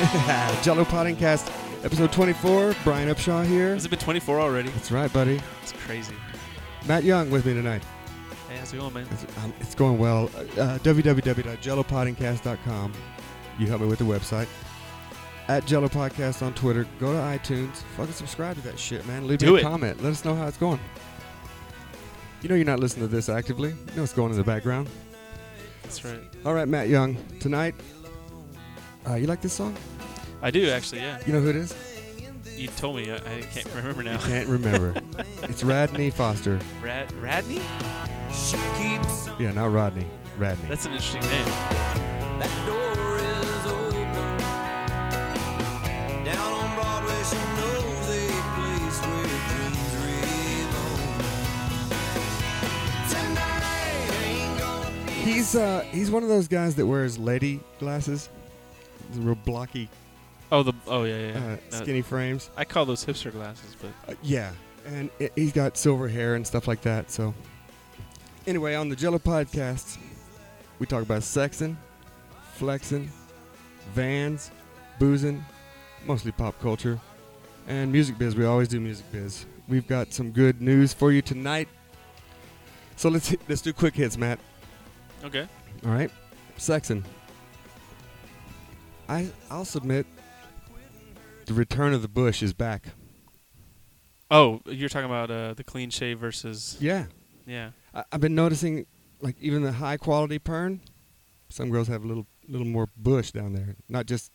Jello Potting Cast, episode 24. Brian Upshaw here. Has it been 24 already? That's right, buddy. It's crazy. Matt Young with me tonight. Hey, how's it going, man? It's, um, it's going well. Uh, www.jellopottingcast.com. You help me with the website. At Jello Podcast on Twitter. Go to iTunes. Fucking subscribe to that shit, man. Leave Do me a it. comment. Let us know how it's going. You know you're not listening to this actively. You know what's going in the background. That's right. All right, Matt Young. Tonight, uh, you like this song? I do actually. Yeah. You know who it is? You told me. I, I can't remember I now. can't remember. it's Radney Foster. Rad Radney? She keeps on Yeah, not Rodney. Radney. That's an interesting name. that door is open. Down on Broadway, she knows a place where dreams live on. Tonight ain't gonna be he's uh he's one of those guys that wears lady glasses, Those real blocky, Oh the. Oh yeah yeah. yeah. uh, No, skinny frames. I call those hipster glasses, but Uh, yeah, and i he's got silver hair and stuff like that. So, anyway, on the Jello podcast, we talk about sexing, flexing, vans, boozing, mostly pop culture, and music biz. We always do music biz. We've got some good news for you tonight. So let's hit, let's do quick hits, Matt. okay. All right, Sexton. I I'll submit. The return of the bush is back. Oh, you're talking about uh, the clean shave versus. Yeah, Yeah. I, I've been noticing, like even the high quality pern, some girls have a little little more bush down there, not just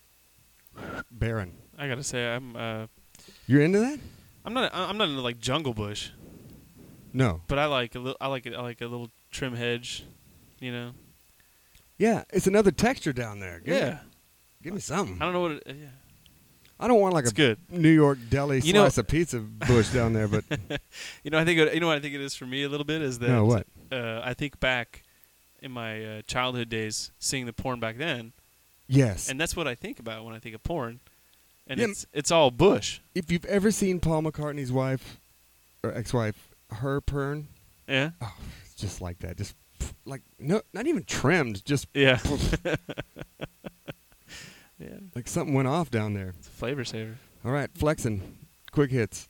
barren. I gotta say I'm. Uh, You're into that? I'm not. I- I'm not into like jungle bush, No. but I like a little. I like it. I like a little trim hedge. You know. Yeah, it's another texture down there. Give me- Yeah. give me something. I don't know what. It, uh, yeah. I don't want like It's a good. New York deli You know- slice of pizza bush down there, but You know, I think it, you know what I think it is for me a little bit is that no, what? uh, I think back in my uh, childhood days, seeing the porn back then, Yes. and that's what I think about when I think of porn, and Yeah, it's it's all bush. if you've ever seen Paul McCartney's wife or ex-wife, her pern, Yeah, oh, it's just like that, just pff, like no, not even trimmed, just yeah, pff, yeah. like something went off down there. It's a flavor saver. All right, flexing, quick hits,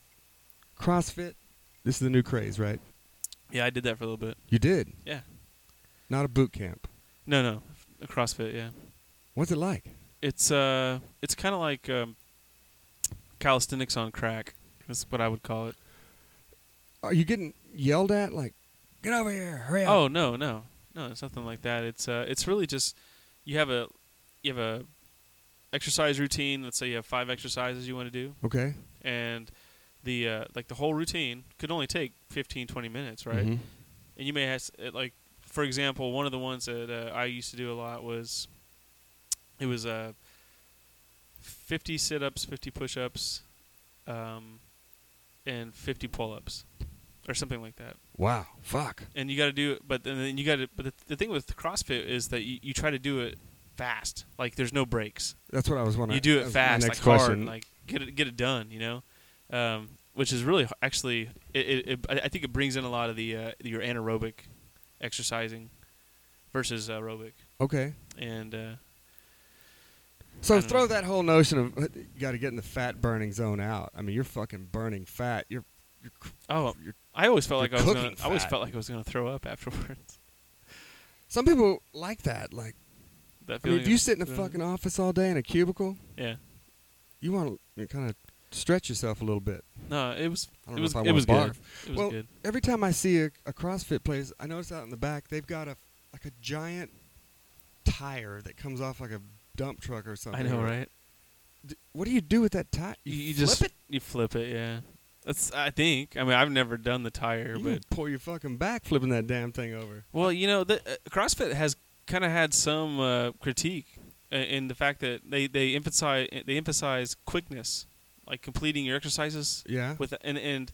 CrossFit. This is the new craze, right? Yeah, I did that for a little bit. You did Yeah, not a boot camp. no, no, a CrossFit. Yeah, What's it like? it's uh, it's kind of like um, calisthenics on crack. That's what I would call it. Are you getting yelled at? Like, get over here, hurry up! Oh no, no, no, it's nothing like that. It's uh, it's really just you have a you have a exercise routine. Let's say you have five exercises you want to do. okay, and the uh, like the whole routine could only take 15 20 minutes right Mhm. and you may have s- it, like for example one of the ones that uh, i used to do a lot was it was uh, 50 sit-ups 50 push-ups um, and 50 pull-ups or something like that Wow, fuck. and you got to do but then- then you got to but the, the thing with crossfit is that you, you try to do it fast like there's no breaks That's what I was wondering. you do That it was fast, My like next hard, question. and, like get it get it done. You know, um, which is really h- actually it, it, it, I I think it brings in a lot of the uh, your anaerobic exercising versus aerobic, okay. and uh, I So don't throw know. that whole notion of uh, you got to get in the fat burning zone out. I mean, you're fucking burning fat. You're you're, cr- oh, you're I always felt You're like I was cooking gonna, I always fat. felt like I was gonna throw up afterwards. some people like that. Like, I that mean, feeling if you of- sit in a fucking office all day in a cubicle, yeah, you want to kind of stretch yourself a little bit. no, it was I don't it know was if I it was wanna good. It was well, good. every time I see a, a CrossFit place, I notice out in the back they've got a like a giant tire that comes off like a dump truck or I something. know, right? D- What do you do with that tire? You, you flip just it? you flip it, yeah. That's I think. I mean, I've never done the tire, You but gonna pull your fucking back flipping that damn thing over. Well, you know, the, uh, CrossFit has kind of had some uh, critique i- in the fact that they, they emphasize they emphasize quickness, like completing your exercises Yeah. with and and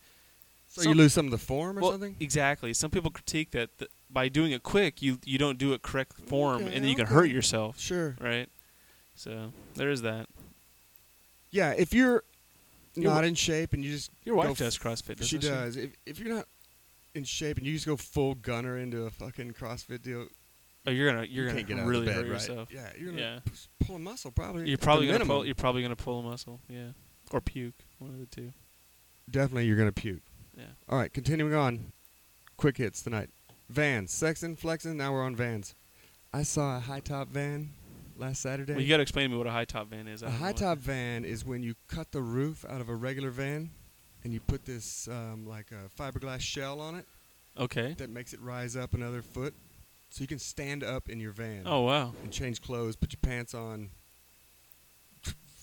So some- you lose some of the form or well, something? exactly. Some people critique that th- by doing it quick, you you don't do it correct form, Okay, and then you can okay. hurt yourself, Sure. right? So there is that. Yeah, if you're Your not wi- in shape and you just Your go wife f- does CrossFit. Doesn't she does. If if you're not in shape and you just go full gunner into a fucking CrossFit deal, Oh, you're gonna you're you gonna can't get out really of bed, hurt right? yourself. Yeah, you're gonna Yeah. p- pull a muscle probably. You're at the probably gonna minimum. pull, you're probably gonna pull a muscle, yeah, or puke, one of the two. Definitely, you're gonna puke. Yeah. All right, continuing on. Quick hits tonight. Vans, Sexton, Flexing. Now we're on vans. I saw a high top van last Saturday. Well, you gotta explain to me what a high top van is. I a don't know high what- top van is when you cut the roof out of a regular van, and you put this um, like a fiberglass shell on it Okay. that makes it rise up another foot, so you can stand up in your van. Oh wow. And change clothes, put your pants on,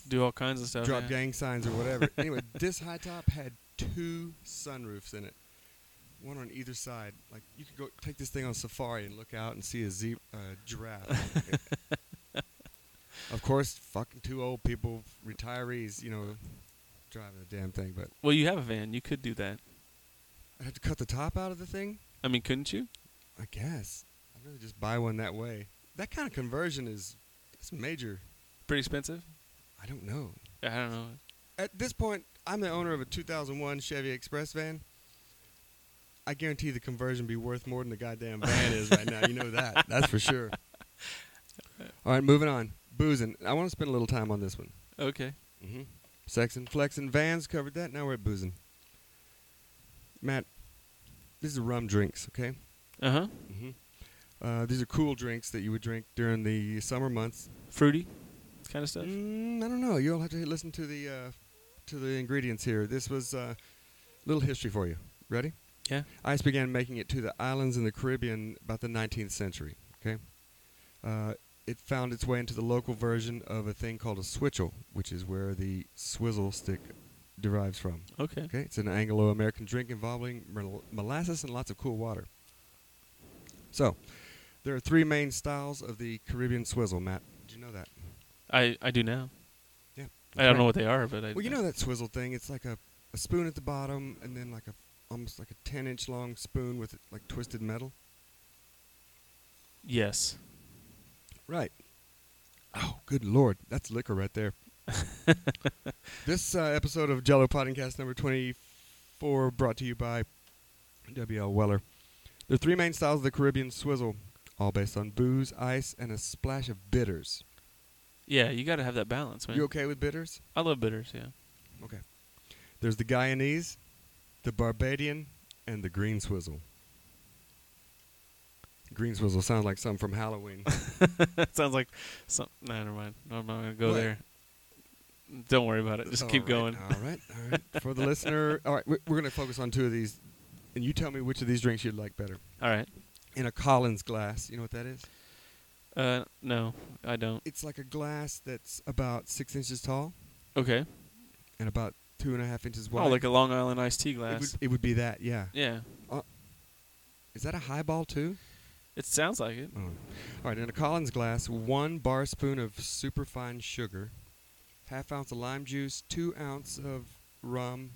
Do all kinds of stuff. drop yeah. gang signs or whatever. anyway, this high top had two sunroofs in it, one on either side. Like you could go take this thing on safari and look out and see a ze- uh, giraffe. of course, fucking two old people, retirees, you know, driving the damn thing. But Well, you have a van. You could do that. I'd have to cut the top out of the thing. I mean, couldn't you? I guess I'd rather just buy one that way. That kind of conversion is that's major. Pretty expensive. I don't know. I don't know. at this point, I'm the owner of a 2001 Chevy Express van. I guarantee the conversion be worth more than the goddamn van is right now. You know that. That's for sure. All right, moving on. Boozing. I want to spend a little time on this one. Okay. Mm-hmm. Sex and flex and vans covered that. Now we're at boozing. Matt, this is rum drinks, okay? Uh huh. Mm-hmm. Uh, these are cool drinks that you would drink during the summer months. Fruity, kind of stuff. Mm, I don't know. You'll have to listen to the uh, to the ingredients here. This was uh, little history for you. Ready? Yeah. Ice began making it to the islands in the Caribbean about the 19th century. Okay. Uh, it found its way into the local version of a thing called a switchel, which is where the swizzle stick derives from. Okay. Okay, it's an Anglo-American drink involving mol- molasses and lots of cool water. So, there are three main styles of the Caribbean swizzle. Matt, did you know that? I I do now. Yeah. I don't Right. know what they are, but I. Well, you know that swizzle thing. It's like a, a spoon at the bottom, and then like a almost like a ten inch long spoon with like twisted metal. Yes. Right. Oh, good lord, that's liquor right there. this uh, episode of Jello Podcast number twenty four brought to you by W. L. Weller. There are three main styles of the Caribbean swizzle, all based on booze, ice, and a splash of bitters. Yeah, you got to have that balance, man. You okay with bitters? I love bitters. Yeah. Okay. There's the Guyanese, the Barbadian, and the Green Swizzle. Green Swizzle sounds like something from Halloween. that sounds like some. Nah, never mind. I'm not gonna go What? there. Don't worry about it. Just All keep right, going. All right, all right. For the listener, all right, we're, we're going to focus on two of these, and you tell me which of these drinks you'd like better. All right. In a Collins glass, you know what that is? Uh, no, I don't. It's like a glass that's about six inches tall Okay. and about two and a half inches wide. Oh, like a Long Island iced tea it would, glass. it would be that, yeah. Yeah. Is that a highball too? It sounds like it. Oh. All right, in a Collins glass, one bar spoon of superfine sugar, half ounce of lime juice, two ounce of rum,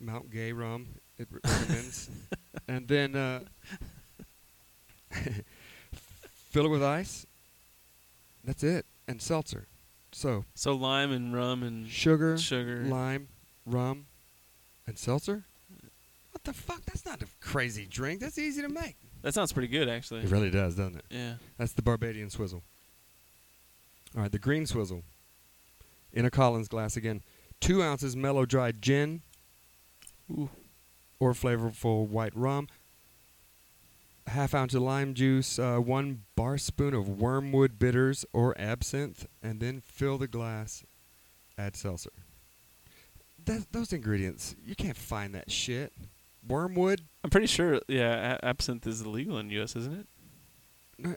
Mount Gay rum, it re- recommends, and then uh, fill it with ice. That's it, and seltzer. So So lime and rum and sugar, sugar. lime, rum, and seltzer. What the fuck? That's not a crazy drink. That's easy to make. That sounds pretty good, actually. It really does, doesn't it? Yeah. That's the Barbadian swizzle. All right, the green swizzle. In a Collins glass again. Two ounces mellow dried gin Ooh. or flavorful white rum. A half ounce of lime juice, uh, one bar spoon of wormwood bitters or absinthe, and then fill the glass. Add seltzer. That, those ingredients, you can't find that shit. Wormwood? I'm pretty sure. Yeah, a- absinthe is illegal in the U.S., isn't it?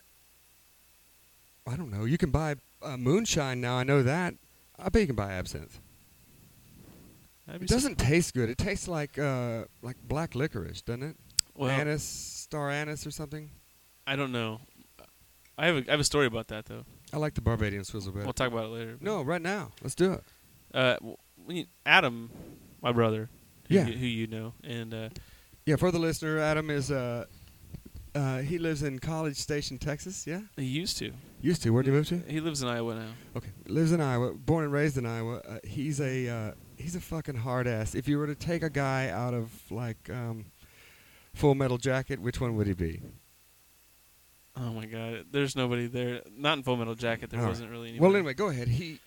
I don't know. You can buy uh, moonshine now. I know that. I bet you can buy absinthe. I'd be It sur- doesn't taste good. It tastes like uh, like black licorice, doesn't it? Well, anise, star anise, or something. I don't know. I have a, I have a story about that though. I like the Barbadian swizzle better. We'll talk about it later. but- no, right now. Let's do it. Uh, w- we need Adam, my brother. Who Yeah. You, who you know, and uh, Yeah, for the listener, Adam is uh, uh, he lives in College Station, Texas. Yeah, he used to. used to. Where'd he move to? He lives in Iowa now. Okay, lives in Iowa, born and raised in Iowa. Uh, he's a uh, he's a fucking hard ass. If you were to take a guy out of like um, Full Metal Jacket, which one would he be? Oh my God! There's nobody there. Not in Full Metal Jacket. There All right. wasn't really anybody. Well, anyway, go ahead. He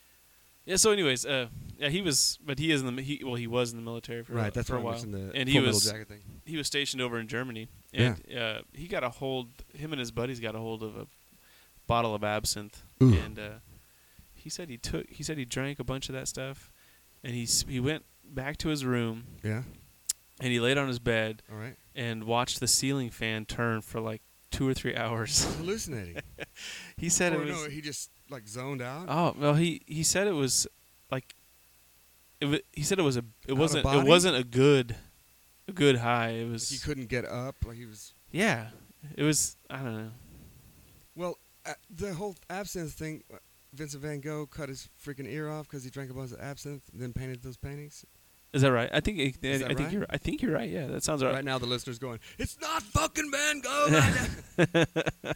Yeah. So, anyways, uh, yeah, he was, but he is in the mi- he, well, he was in the military for a- right. That's for where a I while, mentioned the and he Full was Metal Jacket thing. he was stationed over in Germany, and uh, he got a hold. Him and his buddies got a hold of a bottle of absinthe, Ooh. and uh, he said he took. He said he drank a bunch of that stuff, and he s- he went back to his room Yeah. and he laid on his bed All right. and watched the ceiling fan turn for like two or three hours. Hallucinating. he said or it was. Oh, no, he just like zoned out. Oh well, he he said it was like it. wa he said it was a. It of wasn't. It body? wasn't a good, a good high. It Like, was. he couldn't get up. Like he was. yeah, it was. I don't know. Well, uh, the whole absinthe thing. uh, Vincent Van Gogh cut his freaking ear off because he drank a bunch of absinthe, then painted those paintings. Is that right? I think. It, Is that I, I think right? you're. I think you're right. Yeah, that sounds right. Right now, the listener's going, "It's not fucking Van Gogh. I know."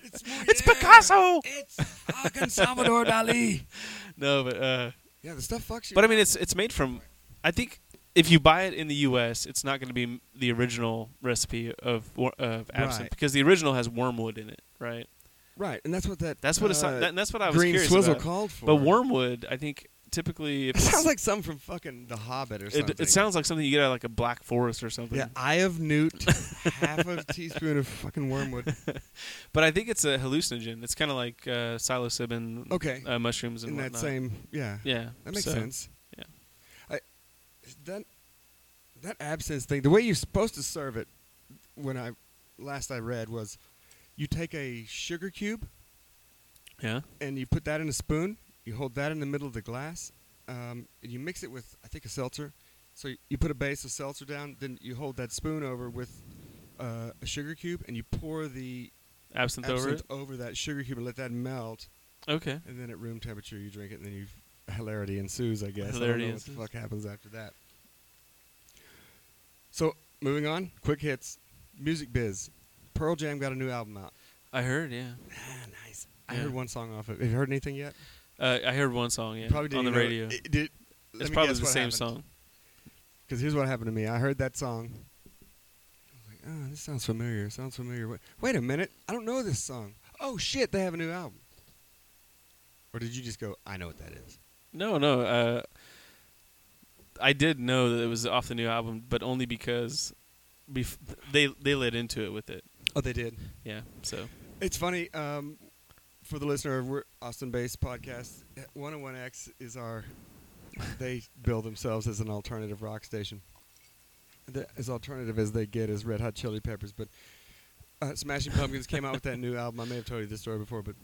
it's Molière. It's Picasso. It's fucking Salvador Dali." No, but uh, Yeah, the stuff fucks you. but I up. mean, it's it's made from. I think if you buy it in the U.S., it's not going to be m- the original recipe of wor- of absinthe Right. because the original has wormwood in it, right? right, and that's what that. That's what it's. uh, That, that's what I was Green curious Swizzle about. called for. But wormwood, I think typically. If It sounds it's- like something from fucking The Hobbit or something. It, it sounds like something you get out of like a black forest or something. Yeah, eye of newt, half a teaspoon of fucking wormwood. But I think it's a hallucinogen. It's kind of like uh, psilocybin Okay, uh, mushrooms and in that whatnot. same. Yeah, Yeah. that makes so- sense. yeah. I that that absinthe thing. The way you're supposed to serve it, when I last I read was, you take a sugar cube Yeah. and you put that in a spoon. You hold that in the middle of the glass, um, and you mix it with I think a seltzer. So you, you put a base of seltzer down, then you hold that spoon over with uh, a sugar cube, and you pour the Absinthe, over absinthe it. over that sugar cube and let that melt. Okay. And then at room temperature, you drink it, and then you hilarity ensues. I guess Hilarity I don't know ensues. what the fuck happens after that. So moving on, quick hits, music biz. Pearl Jam got a new album out. I heard. Yeah. Ah, nice. I Yeah. heard one song off of it. Have you heard anything yet? Uh, I heard one song. Yeah. Probably didn't on the even know radio. It, it did, it's probably the same song. Because here's what happened to me. I heard that song. I was like, oh, this sounds familiar. Sounds familiar. Wait, wait a minute. I don't know this song. Oh, shit. They have a new album. Or did you just go, I know what that is? No, no. Uh, I did know that it was off the new album, but only because bef- they they led into it with it. Oh, they did. Yeah. So. It's funny. Um, for the listener, we're Austin based podcast. eh, 101X is our. They bill themselves as an alternative rock station. The, as alternative as they get is Red Hot Chili Peppers, but uh, Smashing Pumpkins came out with that new album. I may have told you this story before, but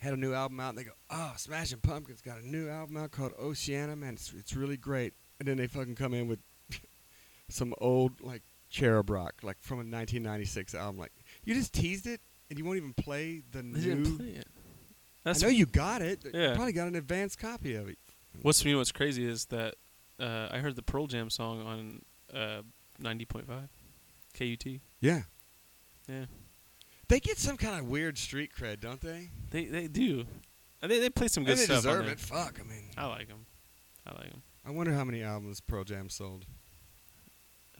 had a new album out, and they go, "Oh, Smashing Pumpkins got a new album out called Oceana, man. It's it's really great." And then they fucking come in with some old like Cherub Rock, like from a 1996 album. Like you just teased it, and you won't even play the They new. didn't play it. I That's know you got it. Yeah. You probably got an advanced copy of it. What's for me? What's crazy is that uh, I heard the Pearl Jam song on uh, ninety point five, KUT. Yeah. Yeah, They get some kind of weird street cred, don't they? they they do. Uh, They they play some good and they stuff. on deserve there. it. Fuck. I mean, I like them. I like them, I wonder how many albums Pearl Jam sold.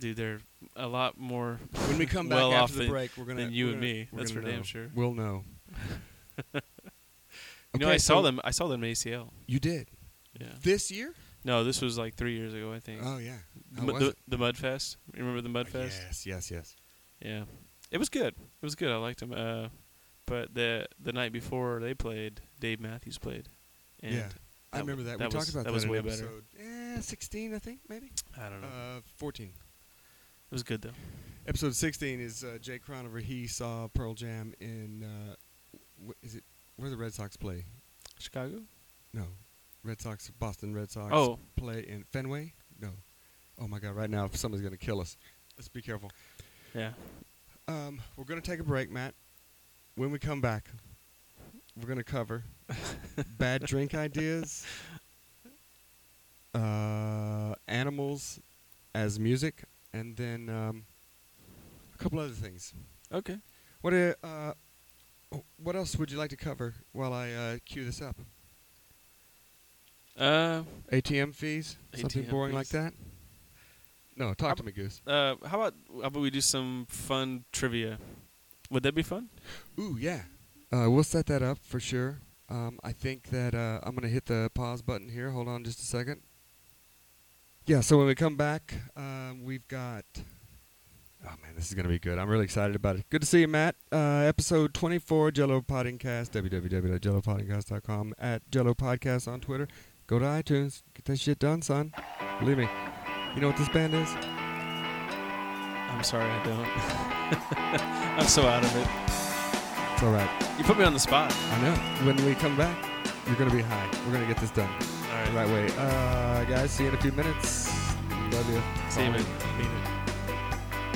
dude. They're a lot more. When we come back Well off after the than- break, we're gonna than you we're and gonna- me. we're That's gonna for damn know. sure. We'll know. You know, Okay, I saw so them. I saw them at ACL. You did Yeah. this year? No, this was like three years ago, I think. Oh yeah. How Mu- was the, it? the Mudfest. You Remember the Mudfest? Yes, yes, yes. Yeah, it was good. It was good. I liked them. Uh, but the the night before they played, Dave Matthews played. And Yeah. I that remember was- that. that we was- talked about that that, was in way better. episode eh, 16, I think, maybe. I don't know. Uh, 14. it was good though. Episode 16 is uh, Jake Cronover. He saw Pearl Jam in uh, wh- is it where the Red Sox play? Chicago. No, Red Sox, Boston Red Sox. Oh. play in Fenway. No. Oh my God! Right now, somebody's gonna kill us. Let's be careful. Yeah. Um, we're going to take a break, Matt. When we come back, we're going to cover bad drink ideas, uh, animals as music, and then um, a couple other things. Okay. What uh, uh, what else would you like to cover while I uh, cue this up? Uh, ATM fees, something ATM boring like fees. that. No, talk to me, Goose. uh, how about how about we do some fun trivia? Would that be fun? Ooh, yeah. Uh, we'll set that up for sure. Um, I think that uh, I'm going to hit the pause button here. Hold on just a second. Yeah, so when we come back, um, we've got. Oh, man, this is going to be good. I'm really excited about it. Good to see you, Matt. Uh, episode 24, Jello Podcast, www.jellopodcast.com, at Jello Podcast on Twitter. Go to iTunes. Get that shit done, son. Believe me. You know what this band is? I'm sorry, I don't. I'm so out of it. It's all right. You put me on the spot. I know. When we come back, you're going to be high. We're going to get this done. All the right. right way. Uh, guys, see you in a few minutes. Love you. See you, Bye. man. Mean it.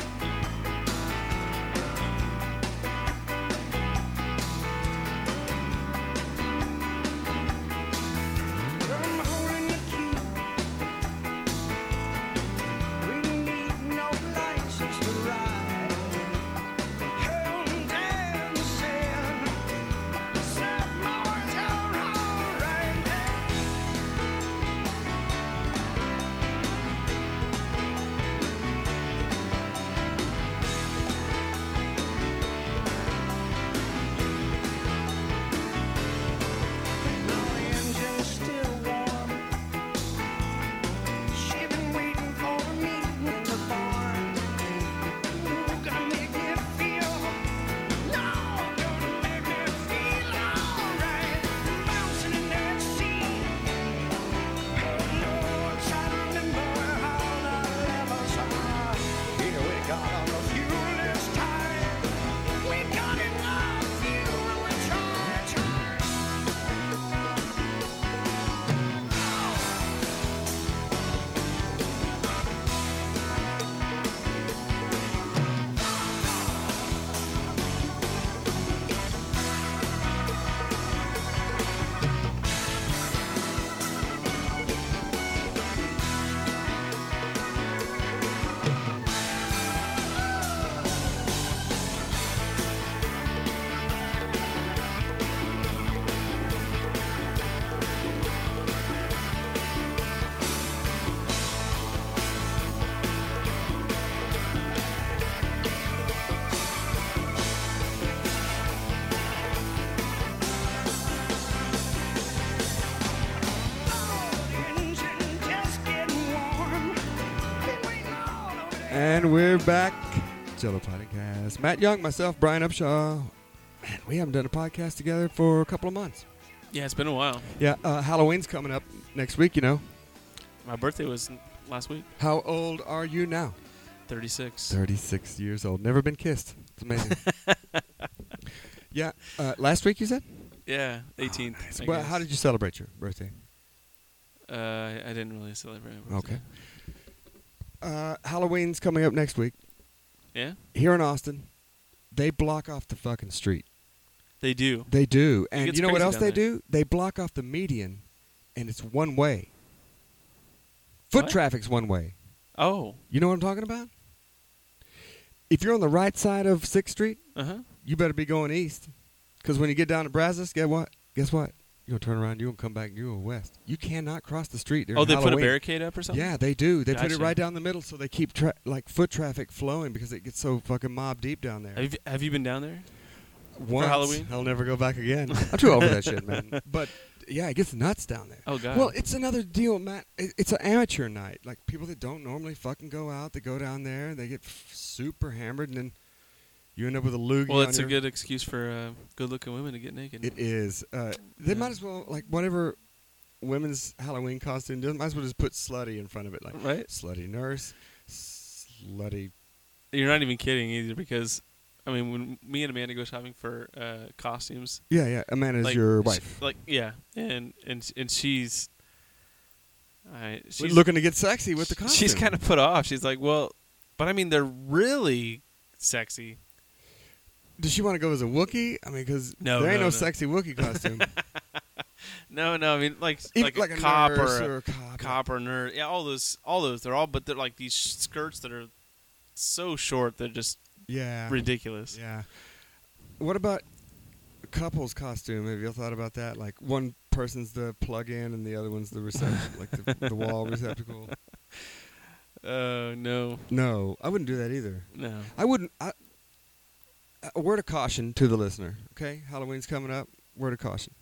We got it now, you and we try, try. And we're back. Jello Podcast. Matt Young, myself, Brian Upshaw. Man, we haven't done a podcast together for a couple of months. Yeah, it's been a while. Yeah, uh, Halloween's coming up next week, you know. My birthday was n- last week. How old are you now? 36. 36 years old. Never been kissed. It's amazing. yeah, uh, last week you said? Yeah, 18th. I well, Ah, how guess. did you celebrate your birthday? Uh, I- I didn't really celebrate. my birthday. Okay. Uh, Halloween's coming up next week. Yeah, Here in Austin, they block off the fucking street. they do. They do. And gets you know what crazy else down they there. do? They block off the median and it's one way. Foot What? traffic's one way. Oh. You know what I'm talking about? If you're on the right side of 6th Street, Uh huh. you better be going east. Because when you get down to Brazos, guess what? Guess what? You're going to turn around, you're going to come back, you're going west. You cannot cross the street. during Oh, they put a Halloween. barricade up or something. Yeah, they do. They put it Gotcha. right down the middle so they keep tra- like foot traffic flowing because it gets so fucking mob deep down there. Have you, have you been down there? Once, Halloween? I'll never go back again. I'm too old for that shit, man. But yeah, it gets nuts down there. Oh god. Well, it's another deal, Matt. It- It's an amateur night. Like people that don't normally fucking go out, they go down there, they get f- super hammered, and then you end up with a loogie. Well, on it's a your- good excuse for uh, good-looking women to get naked. It is. Uh, they Yeah. might as well like whatever women's Halloween costume does. Might as well just put slutty in front of it, like right? slutty nurse, slutty. You're not even kidding either, because I mean, when me and Amanda go shopping for uh, costumes, Yeah, yeah. Amanda's like your she- wife. like yeah, and and and she's, I she's looking to get sexy with the costume. She's kind of put off. She's like, well, but I mean, they're really sexy. Does she want to go as a Wookiee? I mean, because No, there ain't no, no, no. sexy Wookiee costume. No, no, I mean like Even like, a, cop nurse or a a cop. cop or nerd. Yeah, all those, all those. They're all, but they're like these skirts that are so short. They're just Yeah. ridiculous. Yeah. What about couples costume? Have you thought about that? Like one person's the plug-in and the other one's the receptacle, like the, the wall receptacle. Oh no, No, I wouldn't do that either. Uh, no. I wouldn't. I, a word of caution to the listener. Okay, Halloween's coming up. Word of caution: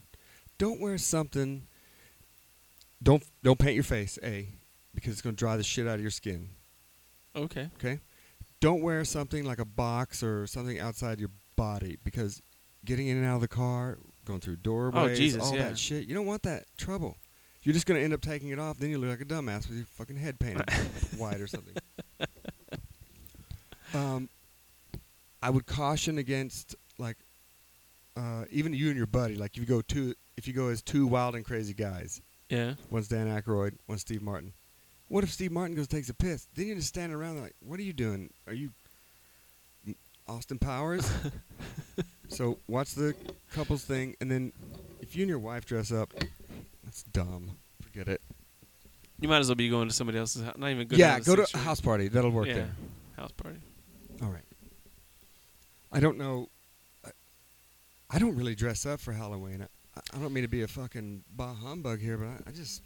don't wear something. Don't don't paint your face, a, because it's gonna dry the shit out of your skin. Okay. Okay, don't wear something like a box or something outside your body because getting in and out of the car, going through doorways, Oh, Jesus, all yeah. that shit. You don't want that trouble. You're just gonna end up taking it off. Then you look like a dumbass with your fucking head painted white or something. Um, I would caution against like uh, even you and your buddy. Like if you go two, if you go as two wild and crazy guys, Yeah. one's Dan Aykroyd, one's Steve Martin. What if Steve Martin goes and takes a piss? Then you're just standing around like, what are you doing? Are you m- Austin Powers? so watch the couples thing, and then if you and your wife dress up, that's dumb. Forget it. You might as well be going to somebody else's house. Not even good. yeah, go to a house party. That'll work yeah. there. House party. All right. I don't know. I- I don't really dress up for Halloween. I, I don't mean to be a fucking bah humbug here, but I, I just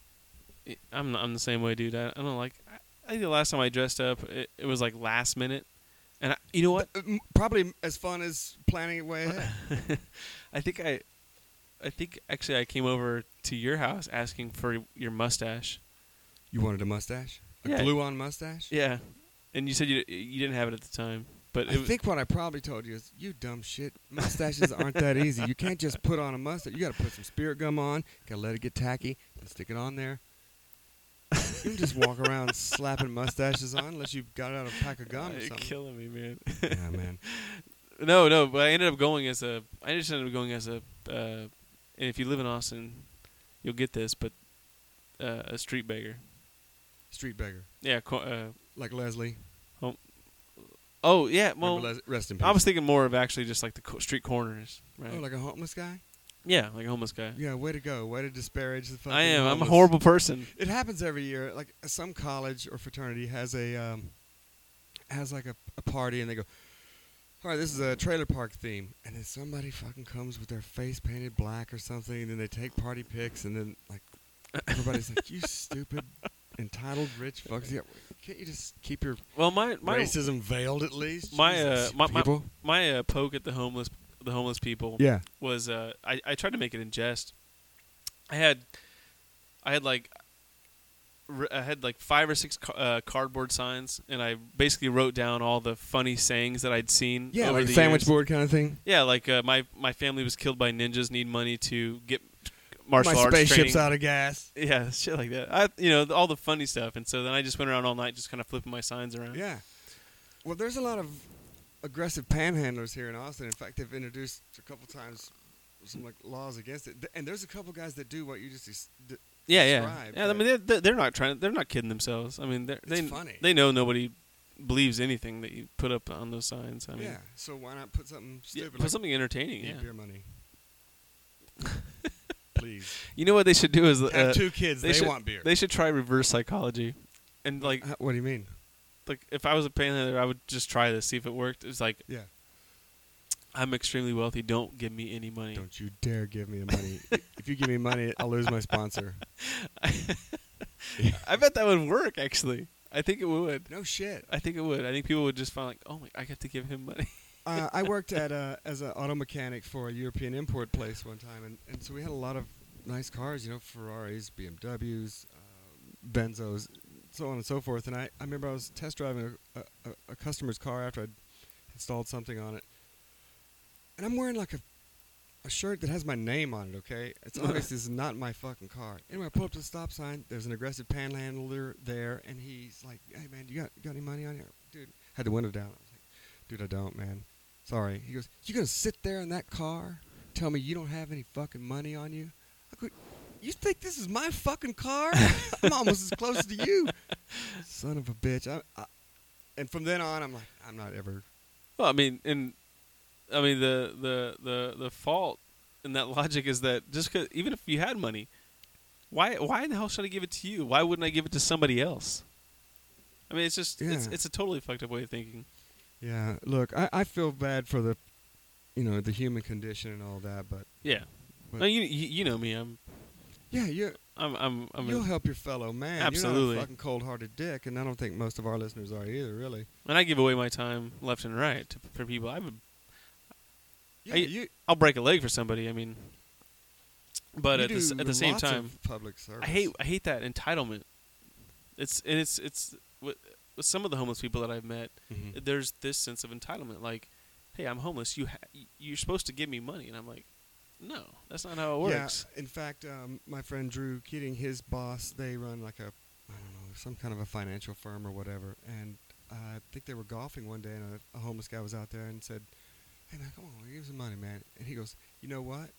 I- I'm I'm the same way, dude. I, I don't like. I, I think the last time I dressed up, it, it was like last minute, and I, you know what? Uh, m- probably as fun as planning it way ahead. I think I, I think actually I came over to your house asking for your mustache. You wanted a mustache, a Yeah. glue-on mustache. Yeah, and you said you you didn't have it at the time, but I it was, think what I probably told you is, you dumb shit. Mustaches aren't that easy. You can't just put on a mustache. You got to put some spirit gum on. Got to let it get tacky and stick it on there. You can just walk around slapping mustaches on unless you got it out of a pack of gum or you're something. killing me, man. yeah, man. No, no, but I ended up going as a. I just ended up going as a. Uh, and if you live in Austin, you'll get this, but uh, a street beggar. Street beggar, Yeah. co- Uh, like Leslie. oh yeah. Remember Well, Les- rest in peace. I was thinking more of actually just like the co- street corners, right? oh, like a homeless guy. yeah, like a homeless guy. Yeah, way to go. Way to disparage the fucking. I am. I'm a homeless. horrible person. It happens every year. Like some college or fraternity has a um, has like a, a party, and they go, "All right, this is a trailer park theme," and then somebody fucking comes with their face painted black or something, and then they take party pics, and then like everybody's like, "You stupid." Entitled rich fucks. Yeah, can't you just keep your Well, my my racism veiled at least? my, uh, Jesus, my my people. my uh, poke at the homeless the homeless people yeah. was uh, I I tried to make it in jest. I had I had like r- I had like five or six ca- uh, cardboard signs, and I basically wrote down all the funny sayings that I'd seen. Yeah, over like the sandwich years. board kind of thing. Yeah, like uh, my my family was killed by ninjas. Need money to get martial my arts spaceship's training. out of gas. Yeah, shit like that. I, you know, all the funny stuff. And so then I just went around all night, just kind of flipping my signs around. Yeah. Well, there's a lot of aggressive panhandlers here in Austin. In fact, they've introduced a couple times some like laws against it. Th- And there's a couple guys that do what you just. Ex- d- yeah, yeah. Describe yeah I that. mean, they're- they're, they're not trying. They're not kidding themselves. I mean, they're, they funny. they know nobody believes anything that you put up on those signs. I mean, yeah. So why not put something yeah, stupid put like something entertaining. "Need Yeah. beer money? Please. You know what they should do is Have uh, two kids. They, should, want beer. They should try reverse psychology, and like Uh, what do you mean? like if I was a panhandler, I would just try this, see if it worked. It's like Yeah. I'm extremely wealthy. Don't give me any money. Don't you dare give me the money. if you give me money, I'll lose my sponsor. I bet that would work. Actually, I think it would. No shit. I think it would. I think people would just find like, oh my, I have to give him money. uh, I worked at a, as an auto mechanic for a European import place one time, and, and so we had a lot of nice cars, you know, Ferraris, BMWs, uh, Benzos, so on and so forth. And I, I remember I was test driving a, a, a customer's car after I'd installed something on it, and I'm wearing like a a shirt that has my name on it. Okay, it's obvious this is not my fucking car. Anyway, I pull up to the stop sign. There's an aggressive panhandler there, and he's like, "Hey man, you got you got any money on here, dude?" Had the window down. I was like, "Dude, I don't, man. Sorry." He goes, "You gonna sit there in that car, tell me you don't have any fucking money on you?" I go, "You think this is my fucking car? I'm almost as close to you, son of a bitch." I, I, and from then on, I'm like, I'm not ever. Well, I mean, and I mean the the the the fault in that logic is that just 'cause- even if you had money, why why in the hell should I give it to you? Why wouldn't I give it to somebody else? I mean, it's just it's Yeah. it's a totally fucked up way of thinking. Yeah, look, I, I feel bad for the, you know, the human condition and all that, but Yeah. But- no, you, you you know me. I'm yeah, you I'm I'm I'm. you'll a- help your fellow man. You're Absolutely. not a fucking cold-hearted dick, and I don't think most of our listeners are either, really. and I give away my time left and right to, for people. I've Yeah, I- you, I'll break a leg for somebody. I mean, but you at the, s- do at the same lots of time, public service. I hate I hate that entitlement. It's and it's it's with, with some of the homeless people that I've met. Mhm. There's this sense of entitlement, like, hey, I'm homeless. You ha- you're supposed to give me money, and I'm like, no, that's not how it works. Yeah, in fact, um, my friend Drew Keating, his boss, they run like a, I don't know, some kind of a financial firm or whatever. And uh, I think they were golfing one day, and a, a homeless guy was out there and said, "Hey man, come on, give us some money, man." And he goes, "You know what?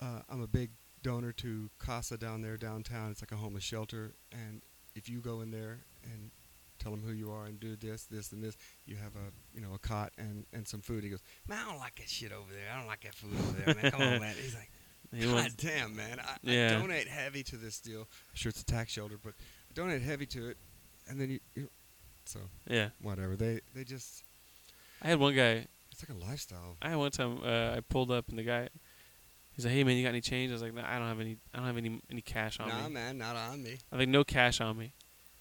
Uh, I'm a big donor to Casa down there downtown. It's like a homeless shelter, and if you go in there and tell them who you are and do this, this, and this, you have a you know a cot and and some food." He goes, "Man, I don't like that shit over there. I don't like that food over there, man. Come on, man." He's like. He God wants- damn, man. I, Yeah. I donate heavy to this deal. Sure, it's a tax shelter, but I donate heavy to it. And then you, you so yeah, whatever. They they just, I had one guy it's like a lifestyle. I had one time uh, I pulled up and the guy, he's like, "Hey man, you got any change?" I was like, "No, I don't have any. I don't have any any cash on Nah, me. man, not on me. I was like, no cash on me."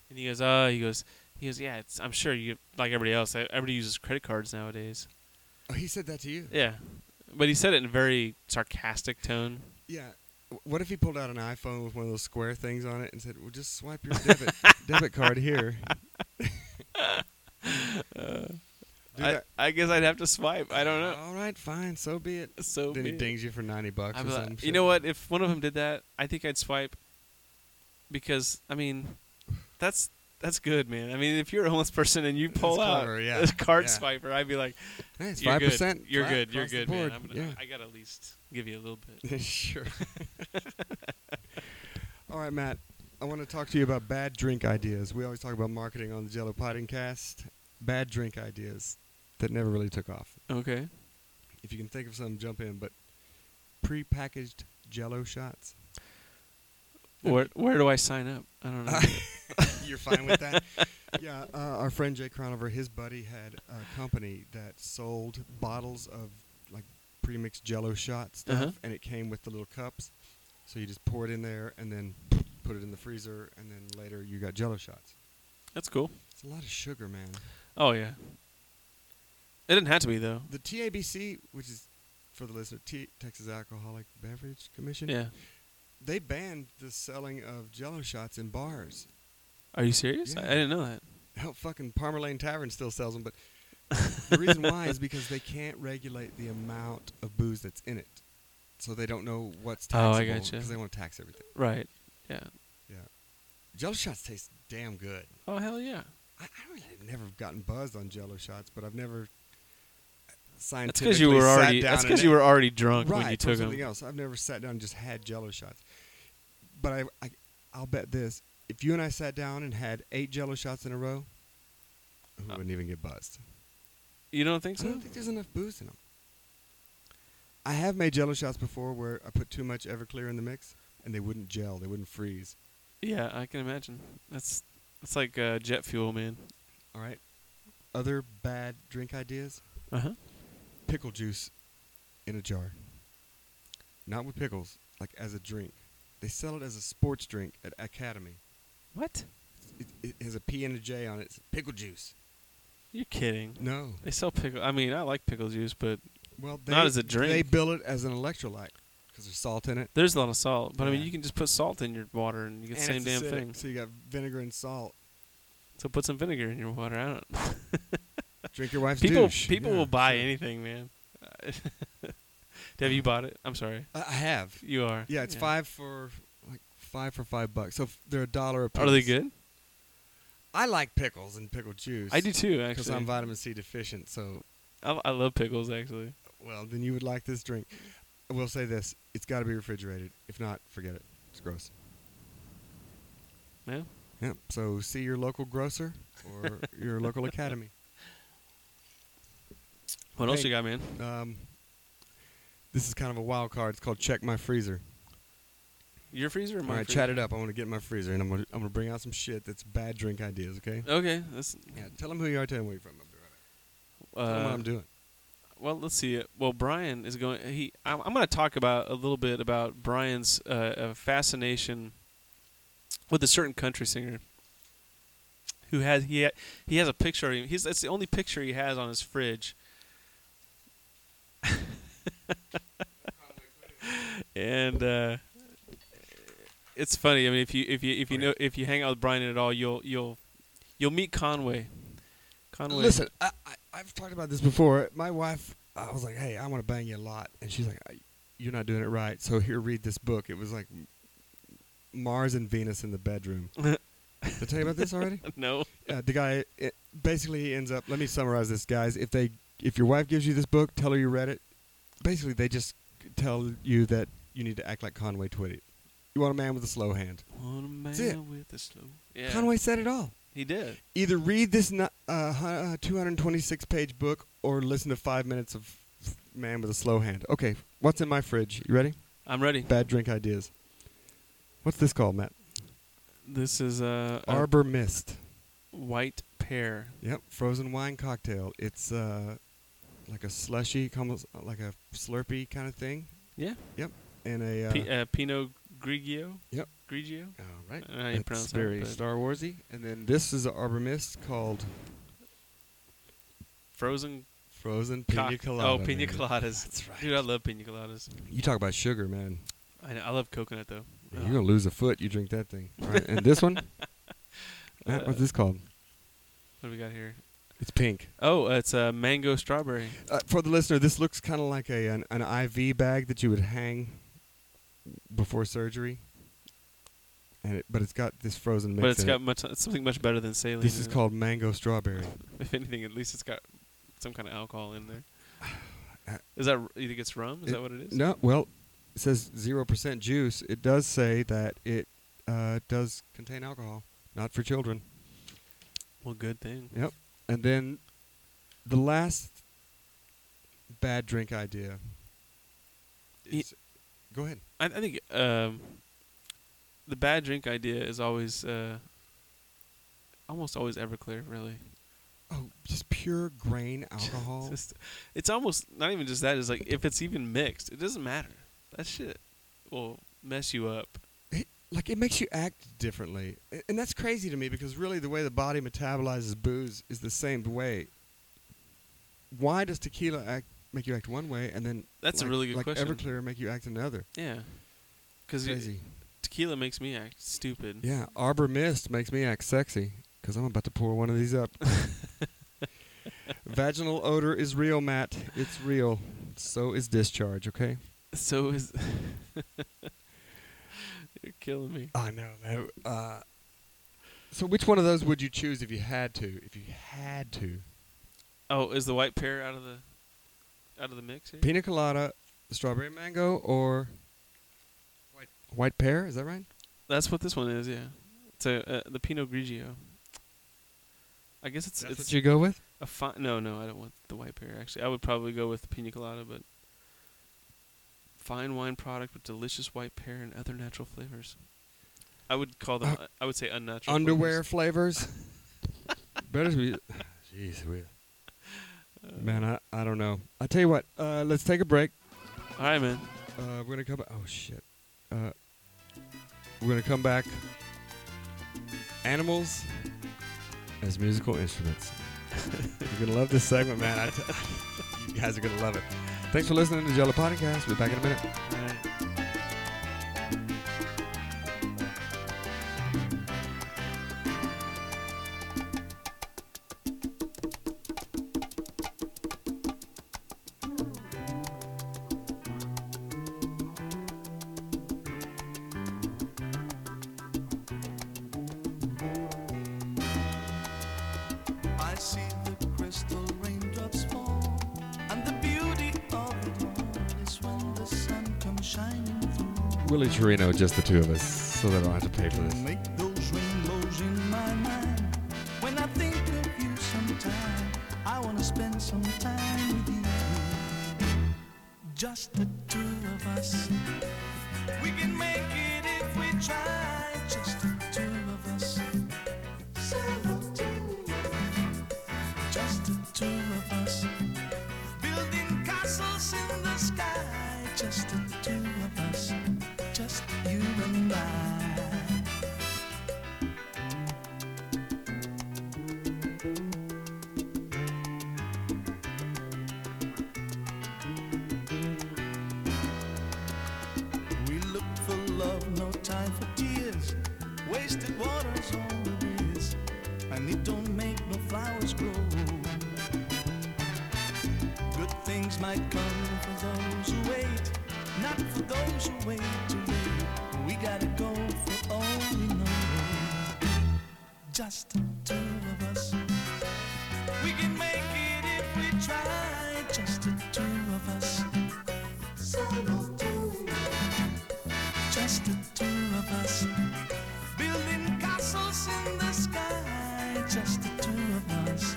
And he goes, "Uh," he goes, "He goes, yeah, it's, I'm sure you like everybody else. e- Everybody uses credit cards nowadays." Oh, he said that to you? Yeah, but he said it in a very sarcastic tone. Yeah. W- What if he pulled out an iPhone with one of those square things on it and said, well, just swipe your debit debit card here? Dude, I, I guess I'd have to swipe. I don't know. All right, fine. So be it. So then he be it. dings you for 90 bucks I'd or be like, something. you know what? If one of them did that, I think I'd swipe. Because I mean, that's that's good, man. I mean, if you're a homeless person and you pull out clever, yeah, a card yeah. swiper, I'd be like, Hey, it's you're 5%. good, you're flat good, you're across the good, board. man. I'm gonna, yeah. I gotta at least give you a little bit. sure. All right, Matt. I want to talk to you about bad drink ideas. We always talk about marketing on the Jello Podcast. Bad drink ideas that never really took off. Okay. If you can think of some, jump in. But prepackaged Jello shots. Where where do I sign up? I don't know. You're fine with that? yeah. Uh, our friend Jay Cronover, his buddy had a company that sold bottles of like premixed Jello shot stuff, Uh-huh. and it came with the little cups. So you just pour it in there, and then put it in the freezer, and then later you got Jello shots. that's cool. It's a lot of sugar, man. Oh yeah. It didn't have to be though. The TABC, which is for the listener, T- Texas Alcoholic Beverage Commission. Yeah. They banned the selling of Jello shots in bars. Are you serious? I, I Yeah. didn't know that. Hell, fucking Parmer Lane Tavern still sells them, but the reason why is because they can't regulate the amount of booze that's in it, so they don't know what's Oh, taxable. I gotcha. Because they want to tax everything. Right. Yeah. Yeah, Jello shots taste damn good. Oh hell yeah. I, I really have never gotten buzzed on Jello shots, but I've never uh, That's scientifically because you were sat already. down That's and because you were already drunk right, when from you took something them. else. I've never sat down and just had Jello shots, but I, I I'll bet this: if you and I sat down and had eight Jello shots in a row, we Uh, wouldn't even get buzzed. You don't think I so? don't think there's enough booze in them. I have made Jello shots before where I put too much Everclear in the mix, and they wouldn't gel. They wouldn't freeze. Yeah, I can imagine. That's that's like uh, jet fuel, man. All right. Other bad drink ideas: Uh huh. pickle juice in a jar. Not with pickles, like as a drink. They sell it as a sports drink at Academy. What? It, it has a P and a J on it. It's pickle juice. You're kidding. No. They sell pickle. I mean, I like pickle juice, but Well, they, Not as a drink. They bill it as an electrolyte because there's salt in it. there's a lot of salt. But I mean, Yeah. you can just put salt in your water and you get the and same it's damn acidic, thing. So you got vinegar and salt. So put some vinegar in your water. I don't. Drink your wife's People douche. people Yeah, will buy sure. anything, man. Have you bought it? I'm sorry. I I have. You are. Yeah, it's five for like five for five bucks. So f- they're a dollar a piece. Are they good? I like pickles and pickle juice. I do too, because actually. I'm vitamin C deficient. So I, I love pickles, actually. well, then you would like this drink. I will say this: it's got to be refrigerated. If not, forget it. It's gross. Yeah. Yeah. So see your local grocer or your local academy. What else Hey. you got, man? Um, this is kind of a wild card. It's called check my freezer. Your freezer or All my right, freezer? chat it up. I want to get in my freezer and I'm gonna I'm gonna bring out some shit that's bad drink ideas. Okay. Okay, that's Yeah. Tell them who you are. Tell them where you're from. I'll be right back. Tell 'em uh, what I'm doing. Well, let's see. it. Well, Brian is going. He. I'm, I'm going to talk about a little bit about Brian's uh, uh, fascination with a certain country singer who has he ha- he has a picture of him. He's that's the only picture he has on his fridge. and uh, it's funny. I mean, if you if you if you Okay. know if you hang out with Brian at all, you'll you'll you'll meet Conway. Conway. Listen, I, I, I've talked about this before. My wife, I was like, hey, I want to bang you a lot. And she's like, I- you're not doing it right. So here, read this book. It was like Mars and Venus in the Bedroom. Did I tell you about this already? No. uh, the guy it, basically he ends up. Let me summarize this, guys. If they, if your wife gives you this book, tell her you read it. Basically, they just tell you that you need to act like Conway Twitty. You want a man with a slow hand. Want a That's it. man with a slow. Yeah. Conway said it all. He did. Either read this nu- uh, hu- uh, 226 page book or listen to five minutes of Man with a Slow Hand. Okay, what's in my fridge? You ready? I'm ready. Bad drink ideas. What's this called, Matt? This is uh, a Arbor Mist. white pear. Yep, frozen wine cocktail. It's uh, like a slushy, almost like a slurpy kind of thing. Yeah. Yep, and a uh, P- uh, Pinot Grigio. Yep. Grigio. all right. I don't know how you It's pronounce that, very but- Star Warsy. And then this is an arbor mist called Frozen frozen pina cock- colada. Oh, pina man. coladas. That's right. Dude, I love pina coladas. You talk about sugar, man. I know, I love coconut though. You're Oh. gonna lose a foot. You drink that thing. All right, and this one. Matt, what's this called? What do we got here? It's pink. Oh, uh, it's a mango strawberry. Uh, for the listener, this looks kind of like a an, an IV bag that you would hang before surgery, and it, but it's got this frozen mix. but it's in got it. much it's something much better than saline. This is in it. called mango strawberry. If anything, at least it's got some kind of alcohol in there. Uh, Is that r- you think it's rum? Is it- that what it is? No, well, it says zero percent juice. It does say that it uh, does contain alcohol, not for children. Well, good thing. Yep. And then the last bad drink idea. Ye- Is, go ahead. I, I think um, the bad drink idea is always uh, almost always Everclear, really. Oh, just pure grain alcohol. Just, it's almost not even just that. It's like if it's even mixed, it doesn't matter. That shit will mess you up. it, like it makes you act differently, A- and that's crazy to me because really the way the body metabolizes booze is the same way. Why does tequila act make you act one way, and then That's a like- really good like question. Everclear make you act another? Yeah, because Crazy. tequila makes me act stupid. Yeah, Arbor Mist makes me act sexy because I'm about to pour one of these up. Vaginal odor is real, Matt. It's real. So is discharge. Okay. So is you're killing me. I know, man. Uh, so, which one of those would you choose if you had to? If you had to, Oh, is the white pear out of the out of the mix here? pina colada, strawberry mango, or white white pear? Is that right? That's what this one is. Yeah, it's a, uh, the Pinot Grigio. I guess it's That's it's what you go with. a fine. No, no, I don't want the white pear. Actually, I would probably go with the pina colada, but fine wine product with delicious white pear and other natural flavors. I would call them. Uh, I would say unnatural. Underwear flavors. flavors. Better be. Jeez, we. Man, I, I don't know. I tell you what. Uh, let's take a break. All right, man. Uh, we're gonna come. Back. Oh shit. Uh, we're gonna come back. Animals as musical instruments. You're gonna love this segment, man. I t- you guys are gonna love it. Thanks for listening to Jello Podcast. We'll be back in a minute. All right. I see the crystal raindrops fall, and the beauty of it all is when the sun comes shining through. Willie Torino, just the two of us, so they don't have to pay for this. Make those rainbows in my mind. When I think of you sometime, I wanna spend some time with you. Just the two of us. We can make it if we try. Just the two of us. Just the two of us. Building castles in the sky. Just the two of us. Just you and I. cry for tears, wasted water's all it is, and it don't make no flowers grow. Good things might come for those who wait, not for those who wait too late. We gotta go for all we know, just the two of us. We can make it if we try, just the two of us. Just the two of us. Building castles in the sky. Just the two of us.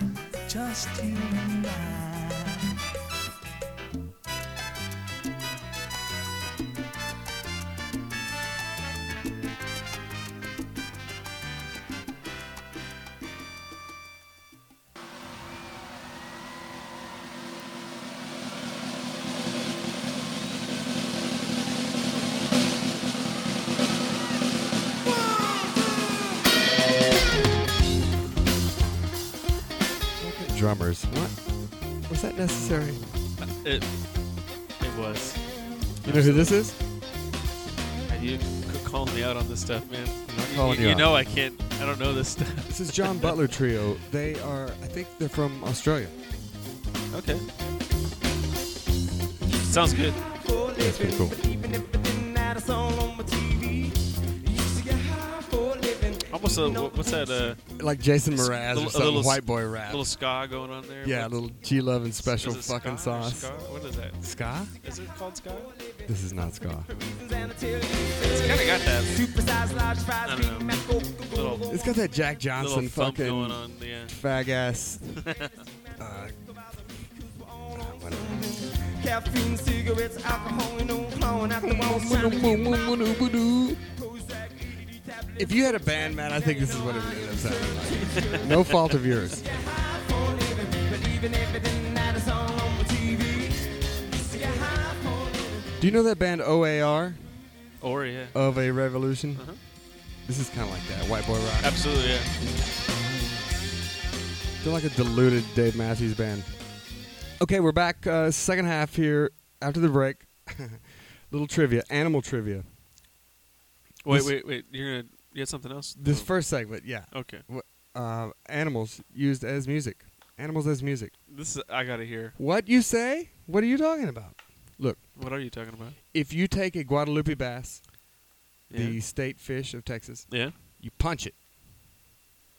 Just you and I. Drummers. What? Was that necessary? It, it was. You know who this is? Man, You c- calling me out on this stuff, man. not You- calling you, you you out. know I can't. I don't know this stuff. This is John Butler Trio. They are, I think they're from Australia. Okay. Sounds good. That's pretty cool. Almost a wha- what's that? Uh, Like Jason It's Mraz a little- or a some little- white boy rap. little ska going on there. yeah, a What- little G Love and is special it fucking ska or sauce. ska? What is that? Ska? Is it called ska? This is not ska. It's kind of got that I don't know, little, It's got that Jack little Johnson thump going fucking on. Yeah. fag ass. uh, uh, whatever. Caffeine, cigarettes, alcohol, and no clown at the wall. If you had a band, man, I think this is what it would end up sounding like. No fault of yours. Do you know that band OAR Or yeah. of a Revolution? Uh-huh. This is kind of like that white boy rock. Absolutely. Yeah. They're like a diluted Dave Matthews band. Okay, we're back uh, second half here after the break. Little trivia, animal trivia. Wait, This- wait, wait. You're gonna. You had something else? This Oh, first segment, yeah, Okay. uh, animals used as music. Animals as music. This is, I gotta hear. What you say? What are you talking about? Look, What are you talking about? if you take a Guadalupe bass, Yeah. the state fish of Texas, yeah. you punch it,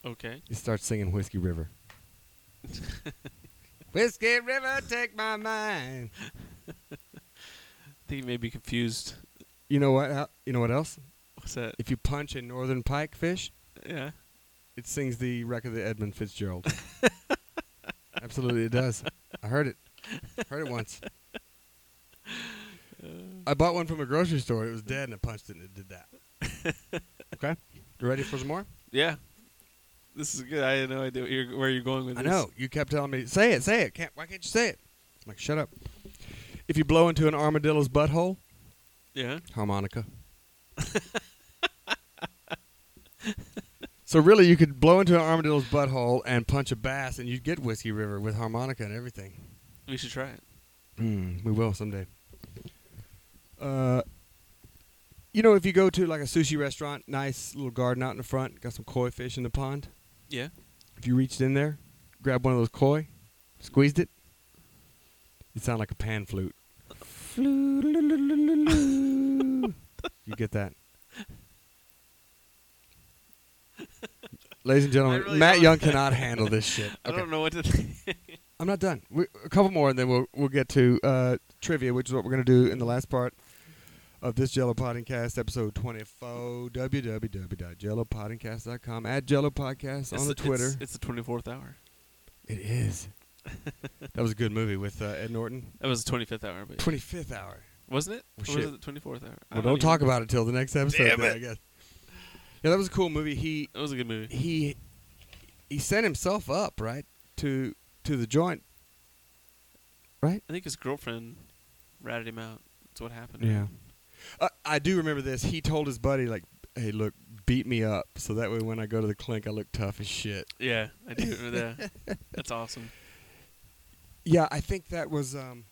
Okay. it starts singing Whiskey River. Whiskey River, take my mind. I think you may be confused. You know what? el- You know what else? What's that? If you punch a northern pike fish, Yeah. It sings the wreck of the Edmund Fitzgerald. Absolutely, it does. I heard it. Heard it once. I bought one from a grocery store. It was dead, and I punched it, and it did that. Okay, you ready for some more? Yeah. This is good. I had no idea what you're, where you're going with I this. know you kept telling me, "Say it, say it." Can't, why can't you say it? I'm like, shut up. If you blow into an armadillo's butthole, Yeah. harmonica. so really, you could blow into an armadillo's butthole and punch a bass, and you'd get Whiskey River with harmonica and everything. We should try it. Hmm, we will someday. Uh, you know, if you go to like a sushi restaurant, nice little garden out in the front, got some koi fish in the pond. Yeah. If you reached in there, grabbed one of those koi, squeezed it, you sound like a pan flute. you get that? Ladies and gentlemen, really Matt don't- Young cannot handle this shit. I don't know what to think. I'm not done. We, a couple more, and then we'll we'll get to uh, trivia, which is what we're going to do in the last part of this Jello Podcast, episode 24. www.jellopodcast.com at Jello Podcast on the Twitter. It's, the 24th hour. It is. that was a good movie with uh, Ed Norton. That was the 25th hour, but 25th hour. wasn't it? Well, or was shit. it the 24th hour? I Well, don't even- talk about it till the next episode. Damn then, it. I guess. Yeah, that was a cool movie. He That was a good movie. he he sent himself up right to to the joint. Right. I think his girlfriend ratted him out. That's what happened. Yeah. Uh, I do remember this. He told his buddy, like, hey, look, beat me up. So that way when I go to the clinic, I look tough as shit. Yeah, I do remember that. That's awesome. Yeah, I think that was, um,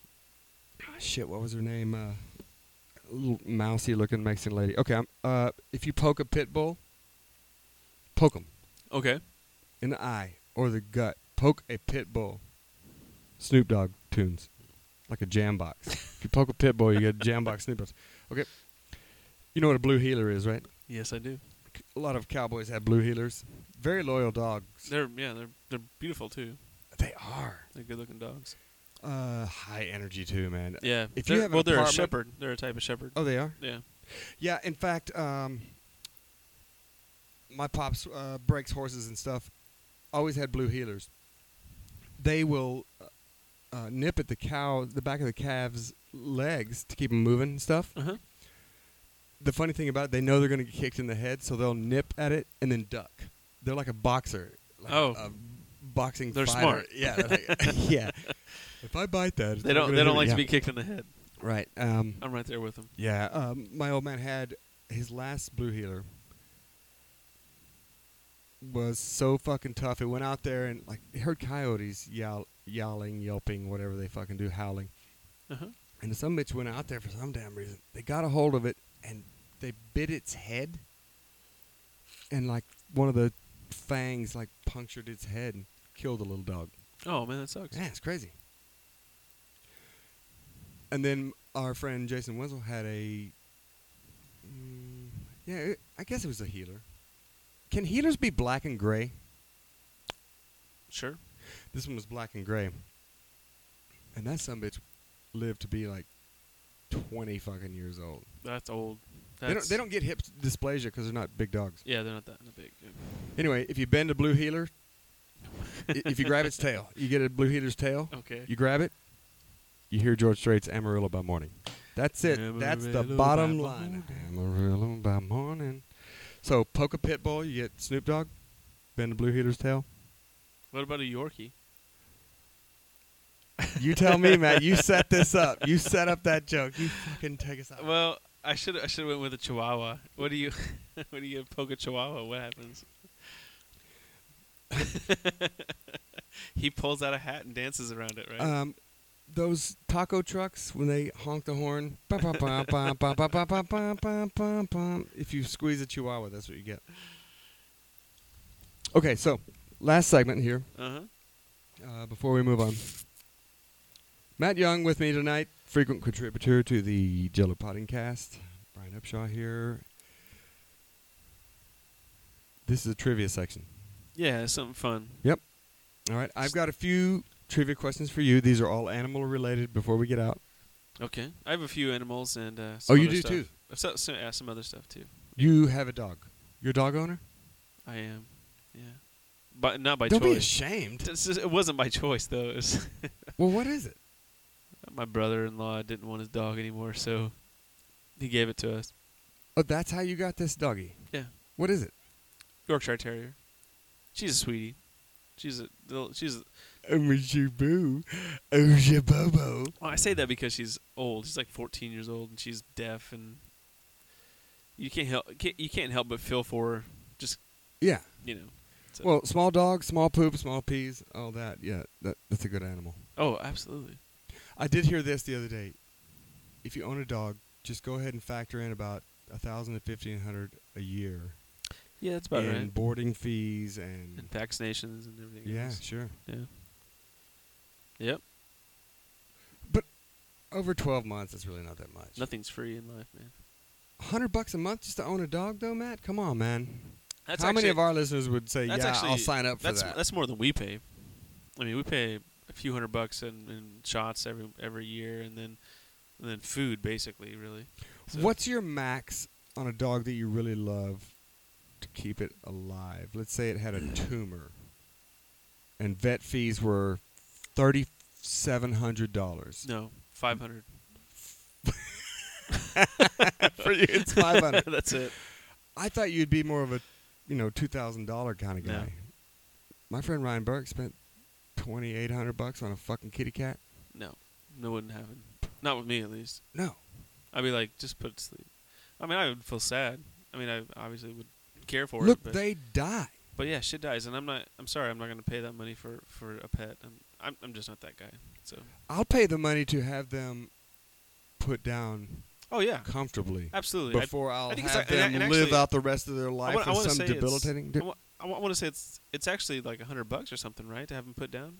shit, what was her name? Uh, l- mousy looking Mexican lady. Okay, I'm, uh, if you poke a pit bull, poke him Okay. in the eye or the gut. Poke a pit bull. Snoop Dogg tunes, like a jam box. if you poke a pit bull, you get jam box Snoop Dogg. Okay, you know what a blue healer is, right? Yes, I do. A lot of cowboys have blue healers. Very loyal dogs. They're yeah, they're they're beautiful too. They are They're good looking dogs. uh, high energy too, man. Yeah. If you They're- have an well, they're a apartment- shepherd. They're a type of shepherd. Oh, they are. Yeah. Yeah, in fact, um, my pops uh, breaks horses and stuff. Always had blue healers. They will uh, uh, nip at the cow, the back of the calf's legs to keep them moving and stuff. Uh huh. The funny thing about it, they know they're going to get kicked in the head, so they'll nip at it and then duck. They're like a boxer. Like Oh. a boxing. They're fighter. smart. Yeah, they're like- yeah. If I bite that, it's They not don't gonna they hurt don't me. like Yeah. to be kicked in the head. right. Um, I'm right there with them. yeah, um, my old man had his last blue healer was so fucking tough. It went out there and like it heard coyotes yowl, yowling, yelping, whatever they fucking do, howling. Uh huh. And some bitch went out there for some damn reason. They got a hold of it and they bit its head, and like one of the fangs like punctured its head and killed the little dog. Oh man, that sucks. Yeah, it's crazy. And then our friend Jason Wenzel had a, mm, yeah, it, I guess it was a healer. Can healers be black and gray? Sure. This one was black and gray, and that son bitch lived to be like twenty fucking years old. That's old. That's, They don't, they don't get hip dysplasia because they're not big dogs. Yeah, they're not that big. yeah. Anyway, if you bend a blue healer, i- if you grab its tail, you get a blue healer's tail. Okay. You grab it, you hear George Strait's Amarillo by Morning. That's it. That's the Amarillo bottom by line. Amarillo by Morning. So poke a pit bull, you get Snoop Dogg, bend a blue healer's tail. What about a Yorkie? You tell me, Matt. You set this up. You set up that joke. You fucking take us out. Well, I should I should have went with a Chihuahua. What do you what do you poke a Chihuahua? What happens? he pulls out a hat and dances around it, right? Um, those taco trucks when they honk the horn, ba ba ba ba ba ba ba ba ba ba ba ba. If you squeeze a chihuahua, that's what you get. Okay, so last segment here. uh-huh. uh, before we move on. Matt Young with me tonight, frequent contributor to the Jello Potting Cast. Brian Upshaw here. This is a trivia section. Yeah, something fun. Yep. All right, I've got a few trivia questions for you. These are all animal related. Before we get out, Okay. I have a few animals and uh, some Oh, you other do stuff. too? Uh, So, so, yeah, some other stuff too. you have a dog. You're a dog owner. I am. Yeah. But not by Don't be choice. ashamed. This is- it wasn't by choice though. It was well, what is it? my brother-in-law didn't want his dog anymore, so he gave it to us. Oh, that's how you got this doggy. Yeah. What is it? Yorkshire Terrier. She's a sweetie. She's a little- she's. a- Oh, it's your boo. Oh, it's your bobo. Well, I say that because she's old. She's like 14 years old, and she's deaf, and you can't help can't, you can't help but feel for her. Just Yeah. you know. So- Well, small dog, small poop, small peas, all that. Yeah, that, that's a good animal. Oh, absolutely. I did hear this the other day. If you own a dog, just go ahead and factor in about a thousand to fifteen hundred a year Yeah, that's about in right. boarding fees and And vaccinations and everything. yeah, else. sure. Yeah. Yep. But over twelve months, it's really not that much. Nothing's free in life, man. Hundred bucks a month just to own a dog, though, Matt. Come on, man. That's How actually, many of our listeners would say, "Yeah, that's actually, I'll sign up for that's, that"? That's more than we pay. I mean, we pay a few hundred bucks in, in shots every every year, and then and then food basically, really. So- What's your max on a dog that you really love to keep it alive? Let's say it had a tumor, and vet fees were thirty seven hundred dollars. No, five hundred. For you, it's five hundred. that's it. I thought you'd be more of a, you know, two thousand dollar kind of No. guy. My friend Ryan Burke spent twenty eight hundred bucks on a fucking kitty cat. No, no, wouldn't happen. Not with me, at least. No, I'd be like, just put it to sleep. I mean, I would feel sad. I mean, I obviously would care for look, it. But, they die. but yeah, shit dies, and I'm not. I'm sorry, I'm not gonna pay that money for for a pet. I'm I'm, I'm just not that guy. So I'll pay the money to have them put down Oh yeah, comfortably absolutely. I- before I'll think it's have like- and- them and live actually- out the rest of their I life wanna- I in wanna some say it's- debilitating. I di- want to say it's it's actually like a hundred bucks or something, right? To have them put down.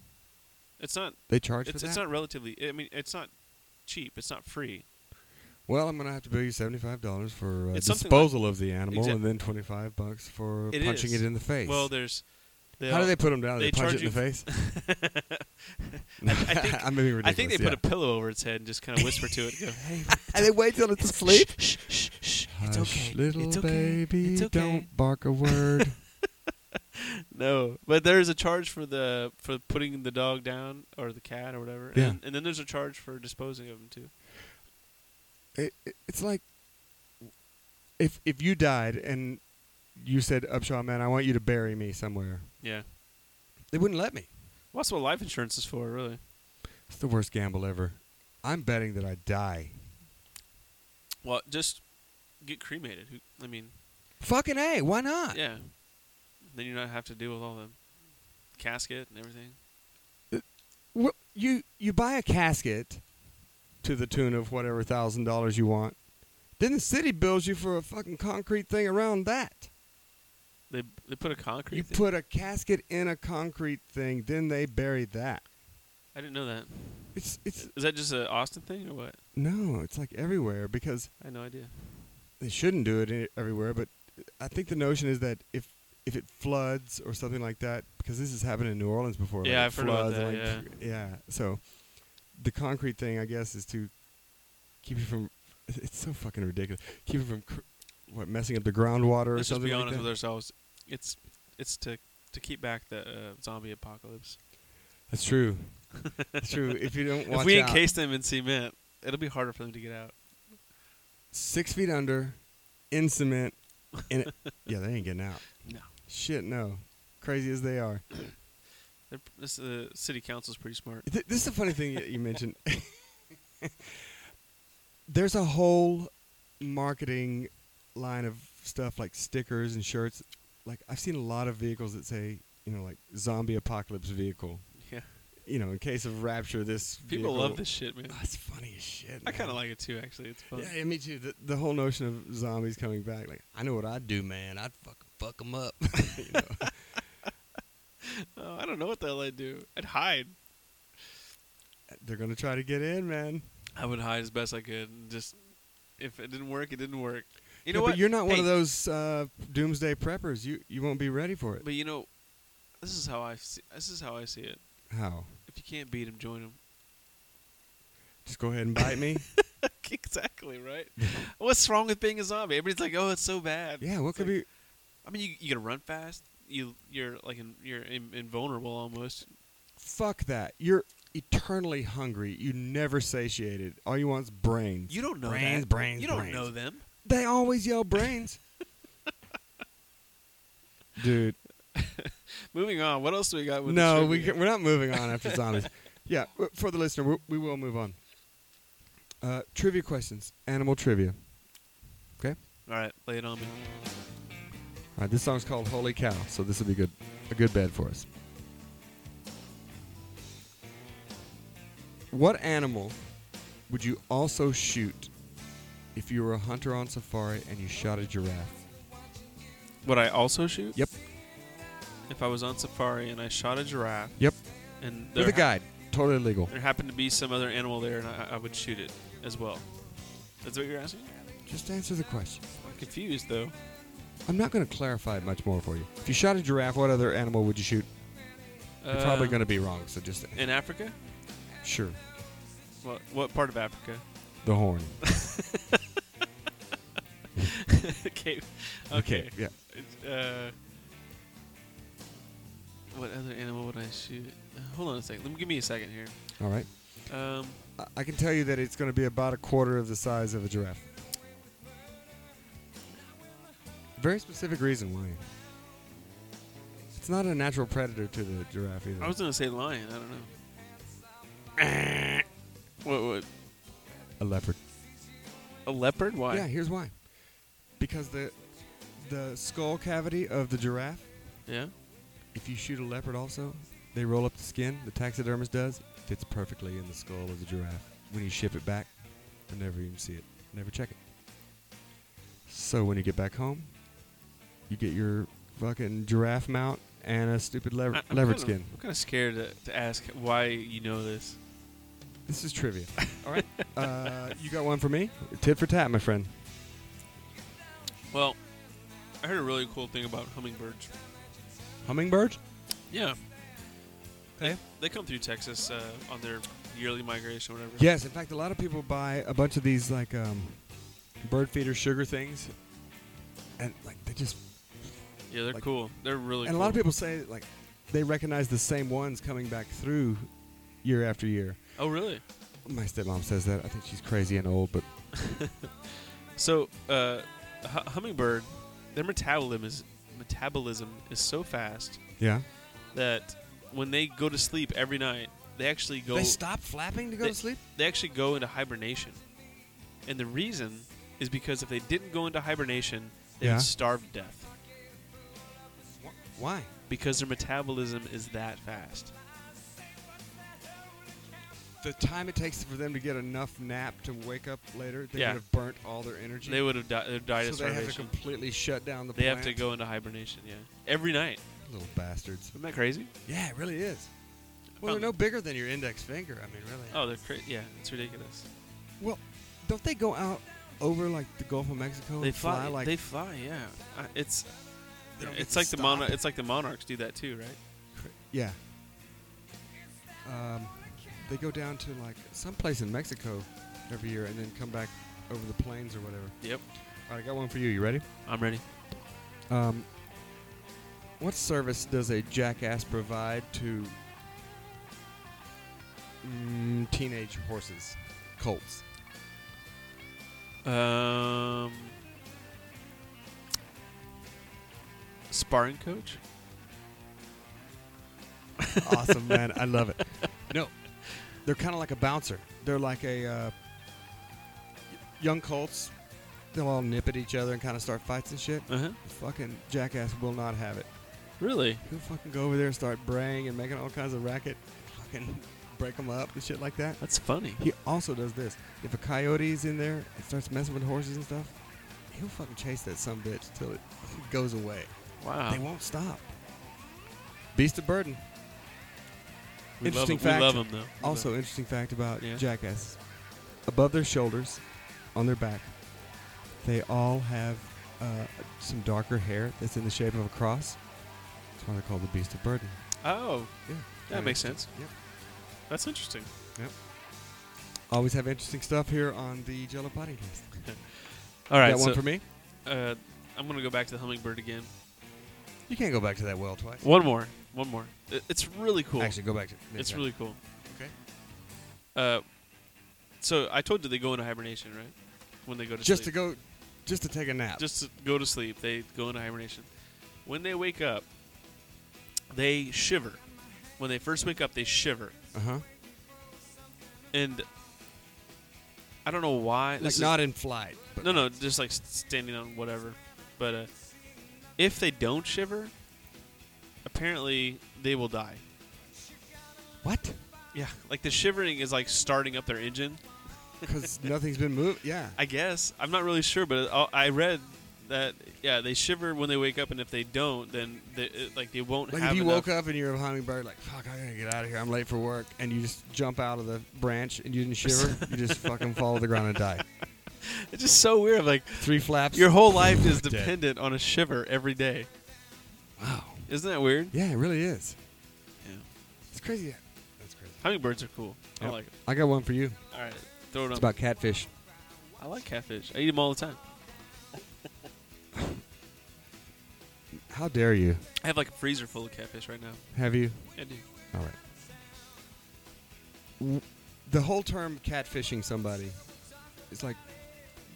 It's not. they charge It's, for it's that. not relatively. I mean, it's not cheap. It's not free. well, I'm gonna have to bill you seventy-five dollars for uh, It's something disposal of the animal, Exact- and then twenty-five bucks for It punching is. it in the face. Well, there's. how do they put them down? They, they punch charge it in the face. I, I think. I'm being ridiculous. I think they put yeah. a pillow over its head and just kind of whisper to it. and Go, and they wait till it's asleep. Shh, shh, shh. Hush, It's okay. little it's okay. baby, It's okay. don't bark a word. no, but there is a charge for the for putting the dog down or the cat or whatever. Yeah. And, and then there's a charge for disposing of them too. it, it- it's like if if you died and you said, "Upshaw, man, I want you to bury me somewhere," Yeah. they wouldn't let me. Well, that's what life insurance is for, really. It's the worst gamble ever. I'm betting that I die. Well, just get cremated. Who- I mean, Fucking a, why not? yeah. Then you don't have to deal with all the casket and everything. Well, you you buy a casket to the tune of whatever thousand dollars you want. Then the city bills you for a fucking concrete thing around that. They they put a concrete. You thing. put a casket in a concrete thing, then they bury that. I didn't know that. It's it's Is that just an Austin thing or what? no, it's like everywhere because I had no idea. they shouldn't do it i- everywhere, but I think the notion is that if if it floods or something like that, because this has happened in New Orleans before. Yeah, like I've heard about floods and, that, like, yeah. So the concrete thing, I guess, is to keep you from. It's so fucking ridiculous. Keep you from cr- what messing up the groundwater or Let's just something be like honest that. with ourselves. It's it's to to keep back the uh, zombie apocalypse. That's true. That's true. If you don't watch if we out, encase them in cement, it'll be harder for them to get out. six feet under, in cement, and it, yeah, they ain't getting out. No. Shit, no. Crazy as they are. They're, this uh, city council's pretty smart. Th- this is a funny thing that you mentioned. There's a whole marketing line of stuff like stickers and shirts. Like I've seen a lot of vehicles that say, you know, like zombie apocalypse vehicle. Yeah, You know, in case of rapture, this people vehicle- love this shit, man. That's funny as shit. I kind man. of like it too. Actually, it's fun. Yeah, yeah, me too. The, the whole notion of zombies coming back. Like I know what I'd do, man. I'd fucking fuck them up. You know? Oh, I don't know what the hell I'd do. I'd hide. They're gonna try to get in, man. I would hide as best I could. And just if it didn't work, it didn't work. Yeah, You know what? But you're not one of Hey, those uh, doomsday preppers. You you won't be ready for it. But you know, this is how I see, this is how I see it. How? If you can't beat him, join him. Just go ahead and bite me? exactly right. What's wrong with being a zombie? Everybody's like, "Oh, it's so bad." yeah, what It's could like- be? I mean, you you gotta run fast. You you're like in, you're in, invulnerable almost. Fuck that. You're eternally hungry. You never satiated. All you want is brains. You don't know Brains, that. brains, You don't brains. know them. they always yell brains. Dude. Moving on. What else do we got? With no, the we, trivia? can- we're not moving on after zombies. yeah, w- for the listener, we, we will move on. Uh, trivia questions. Animal trivia. Okay? All right, lay it on me. All right, this song's called Holy Cow, so this will be good, a good bed for us. What animal would you also shoot if you were a hunter on safari and you shot a giraffe? Would I also shoot? Yep. If I was on safari and I shot a giraffe Yep. and there With a ha- guide. Totally legal. there happened to be some other animal there, and I, I would shoot it as well. That's what you're asking? Just answer the question. I'm confused though. I'm not going to clarify it much more for you. If you shot a giraffe, what other animal would you shoot? You're probably going to be wrong, so just Uh, in Africa. sure. What, what part of Africa? The horn. Cape. Okay. Yeah. It's, Uh, what other animal would I shoot? Uh, Hold on a second. Let me give me a second here. All right. Um, I- I can tell you that it's going to be about a quarter of the size of a giraffe. Very specific reason why. It's not a natural predator to the giraffe either. I was gonna say lion. I don't know. what? What? a leopard. A leopard? Why? Yeah, here's why. Because the the skull cavity of the giraffe, Yeah? if you shoot a leopard also, they roll up the skin, the taxidermist does, fits perfectly in the skull of the giraffe. When you ship it back, they never even see it. Never check it. So when you get back home, you get your fucking giraffe mount and a stupid lever- I- I'm leopard kinda- skin. I'm kind of scared to, to ask why you know this. This is trivia. All right. Uh, you got one for me? Tit for tat, my friend. Well, I heard a really cool thing about hummingbirds. Hummingbird? Yeah. Okay. They come through Texas uh, on their yearly migration, or whatever. Yes. In fact, a lot of people buy a bunch of these like um, bird feeder sugar things, and like they just Yeah, they're Like- cool. They're really. and a cool. lot of people say like they recognize the same ones coming back through year after year. Oh, really? My stepmom says that. I think she's crazy and old, but So, uh, hu- hummingbird, their metabolism is metabolism is so fast yeah. that when they go to sleep every night, they actually go. They stop flapping to go they- to sleep. They actually go into hibernation, and the reason is because if they didn't go into hibernation, they Yeah. would starve to death Wh- Why? because their metabolism is that fast. The time it takes for them to get enough nap to wake up later, they Yeah. would have burnt all their energy. They would have di- they'd died of so they starvation. have to completely shut down the They plant. have to go into hibernation, yeah. Every night. Little bastards. Isn't that crazy? Yeah, it really is. Well, Found- they're no bigger than your index finger. I mean, really. Oh, they're crazy. Yeah, it's ridiculous. Well, don't they go out over like the Gulf of Mexico? They and fly, fly. like they fly. Yeah, I- it's They don't get it's to like the stop. mono, It's like the monarchs do that too, right? yeah. Um, they go down to like someplace in Mexico every year and then come back over the plains or whatever. Yep. All right, I got one for you. You ready? I'm ready. Um, what service does a jackass provide to mm, teenage horses, colts? Um, sparring coach. awesome, man. I love it. No, they're kind of like a bouncer. They're like a uh, young colts. They'll all nip at each other and kind of start fights and shit. Uh huh. Fucking jackass will not have it. Really? He'll fucking go over there and start braying and making all kinds of racket. Fucking break them up and shit like that. That's funny. He also does this. If a coyote's in there and starts messing with horses and stuff, he'll fucking chase that some bitch till it goes away. Wow. They won't stop. Beast of burden. We love Interesting him. We love fact. him though. We love Also, him. interesting fact about Yeah. jackasses: above their shoulders, on their back, they all have uh, some darker hair that's in the shape of a cross. That's why they're called the beast of burden. Oh, Yeah, that makes sense. Yep. That's interesting. Always have interesting stuff here on the Jello Podcast. All right. Got so, one for me? uh, I'm gonna go back to the hummingbird again. You can't go back to that well twice. One more. One more. It, it's really cool. Actually, go back to. it's really cool. okay. Uh, so I told you they go into hibernation, right? When they go to Just to sleep. go, just to take a nap. just to go to sleep, they go into hibernation. When they wake up, they shiver. When they first wake up, they shiver, uh huh. and I don't know why. Like this is- not in flight. But no, no, just like s- standing on whatever. But uh, if they don't shiver, apparently they will die. What? Yeah, like the shivering is like starting up their engine. Because nothing's been moved. Yeah. I guess I'm not really sure, but uh, I read that yeah they shiver when they wake up, and if they don't, then they, it, like they won't Like have. if you enough- woke up and you're a hummingbird, like fuck, I gotta get out of here. I'm late for work, and you just jump out of the branch and you didn't shiver. you just fucking fall to the ground and die. It's just so weird. Like Three flaps. your whole life is Dead. dependent on a shiver every day. wow. Isn't that weird? Yeah, it really is. Yeah. It's crazy. That's crazy. Hummingbirds are cool. I Yep. like it. I got one for you. All right, throw it on. It's about catfish. I like catfish. I eat them all the time. How dare you? I have like a freezer full of catfish right now. Have you? I do. All right. W- The whole term catfishing somebody, it's like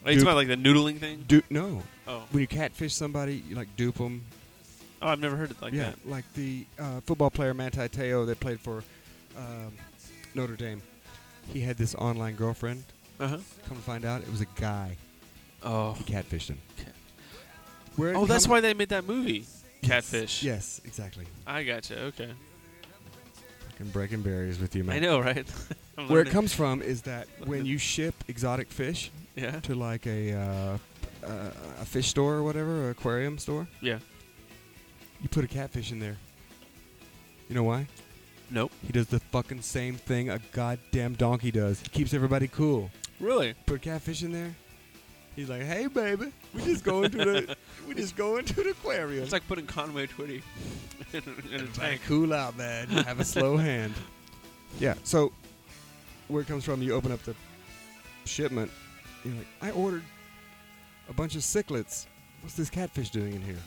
Are you talking Dude. about like the noodling thing? do no. Oh, When you catfish somebody, you like dupe them. oh, I've never heard it like yeah, that. like the uh, football player Manti Te'o that played for um, Notre Dame. He had this online girlfriend. Uh huh. Come to find out, it was a guy. Oh. He catfished him. Cat- Where it Oh, that's come- why they made that movie. Yes, Catfish. Yes, exactly. I gotcha. Okay. Fucking breaking barriers with you, man. I know, right? I'm Where it learning. comes from is that Look when at- you ship exotic fish, Yeah. to like a uh, uh, a fish store or whatever, or aquarium store. Yeah. You put a catfish in there. You know why? Nope. He does the fucking same thing a goddamn donkey does. He keeps everybody cool. Really? Put a catfish in there. He's like, "Hey, baby, we just going to the we just going to the aquarium. It's like putting Conway Twitty in, a- in a tank. Cool out, man. Have a slow hand. Yeah. So where it comes from, you open up the shipment. You're like, I ordered a bunch of cichlids. What's this catfish doing in here?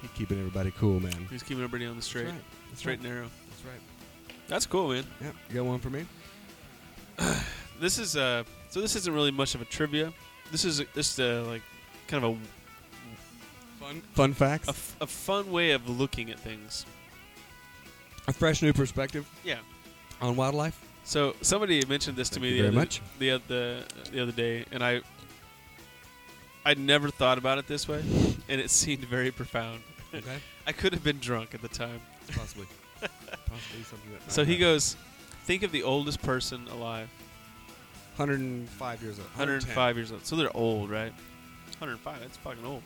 He keeping everybody cool, man. He's keeping everybody on the straight, That's right. That's straight and right. narrow. That's right. That's cool, man. Yeah. You got one for me? This is uh, so this isn't really much of a trivia. This is this uh, like kind of Fun. Fun facts. a, a, f- a fun way of looking at things. a fresh new perspective Yeah. on wildlife. So somebody mentioned this to Thank me you the very other much. the other the other day, and I I'd never thought about it this way, and it seemed very profound. Okay. I could have been drunk at the time. Possibly. Possibly something that. So he goes, think of the oldest person alive, 105 years old. 105 years old. So they're old, right? 105. That's fucking old.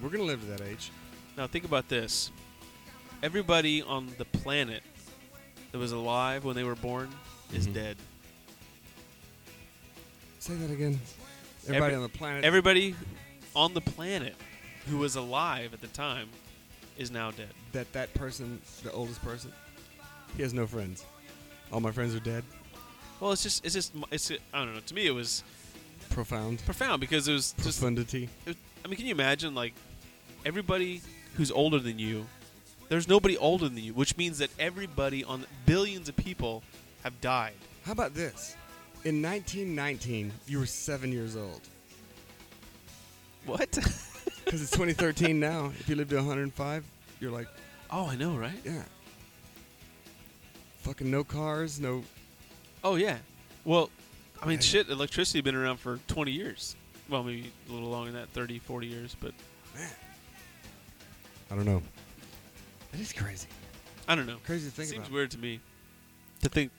We're gonna live to that age. Now think about this. Everybody on the planet that was alive when they were born is Mhm. dead. Say that again. Everybody Every- on the planet. Everybody on the planet who was alive at the time is now dead. that that person, the oldest person, he has no friends. All my friends are dead. Well, it's just it's just it's I don't know. To me, it was Profound. profound because it was just. Profundity. It was, I mean, can you imagine like everybody who's older than you? There's nobody older than you, which means that everybody on billions of people have died. How about this? In 1919, you were seven years old. What? Because it's 2013 now. If you live to 105, you're like, oh, I know, right? yeah. Fucking no cars, no. Oh yeah. Well, I mean, Yeah. shit. Electricity been around for 20 years. Well, maybe a little longer than that, 30, 40 years. But I don't know. That is crazy. I don't know. Crazy to think Seems about. weird to me to think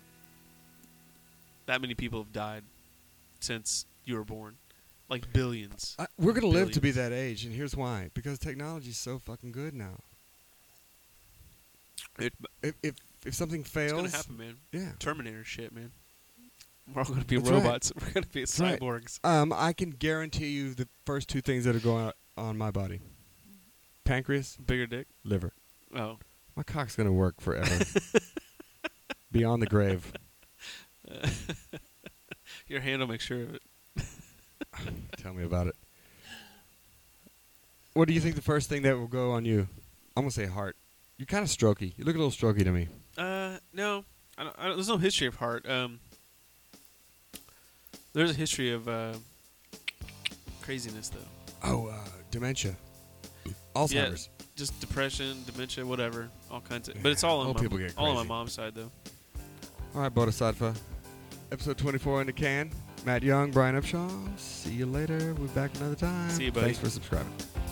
that many people have died since you were born, like billions. I, we're gonna live to be that age, and here's why: because technology's so fucking good now. It- If if, if something it's fails, gonna happen, man. yeah. Terminator shit, man. We're all gonna be That's right. robots. We're gonna be right. cyborgs. Um, I can guarantee you the first two things that are going on my body: pancreas, Bigger dick. liver. Oh, My cock's gonna work forever, beyond the grave. your hand will make sure of it. Tell me about it. What do you think the first thing that will go on you? I'm gonna say heart. You're kind of strokey. You look a little strokey to me. Uh, no, I don't, I don't, there's no history of heart. Um, there's a history of uh, craziness though, Oh, uh, dementia, Alzheimer's. just depression, dementia, whatever, all kinds of. Yeah, But it's all on old my people get all on my crazy. mom's side though. All right, Bodhisattva. Episode 24 in the can. Matt Young, Brian Upshaw. See you later. We'll be back another time. See you, buddy. Thanks for subscribing.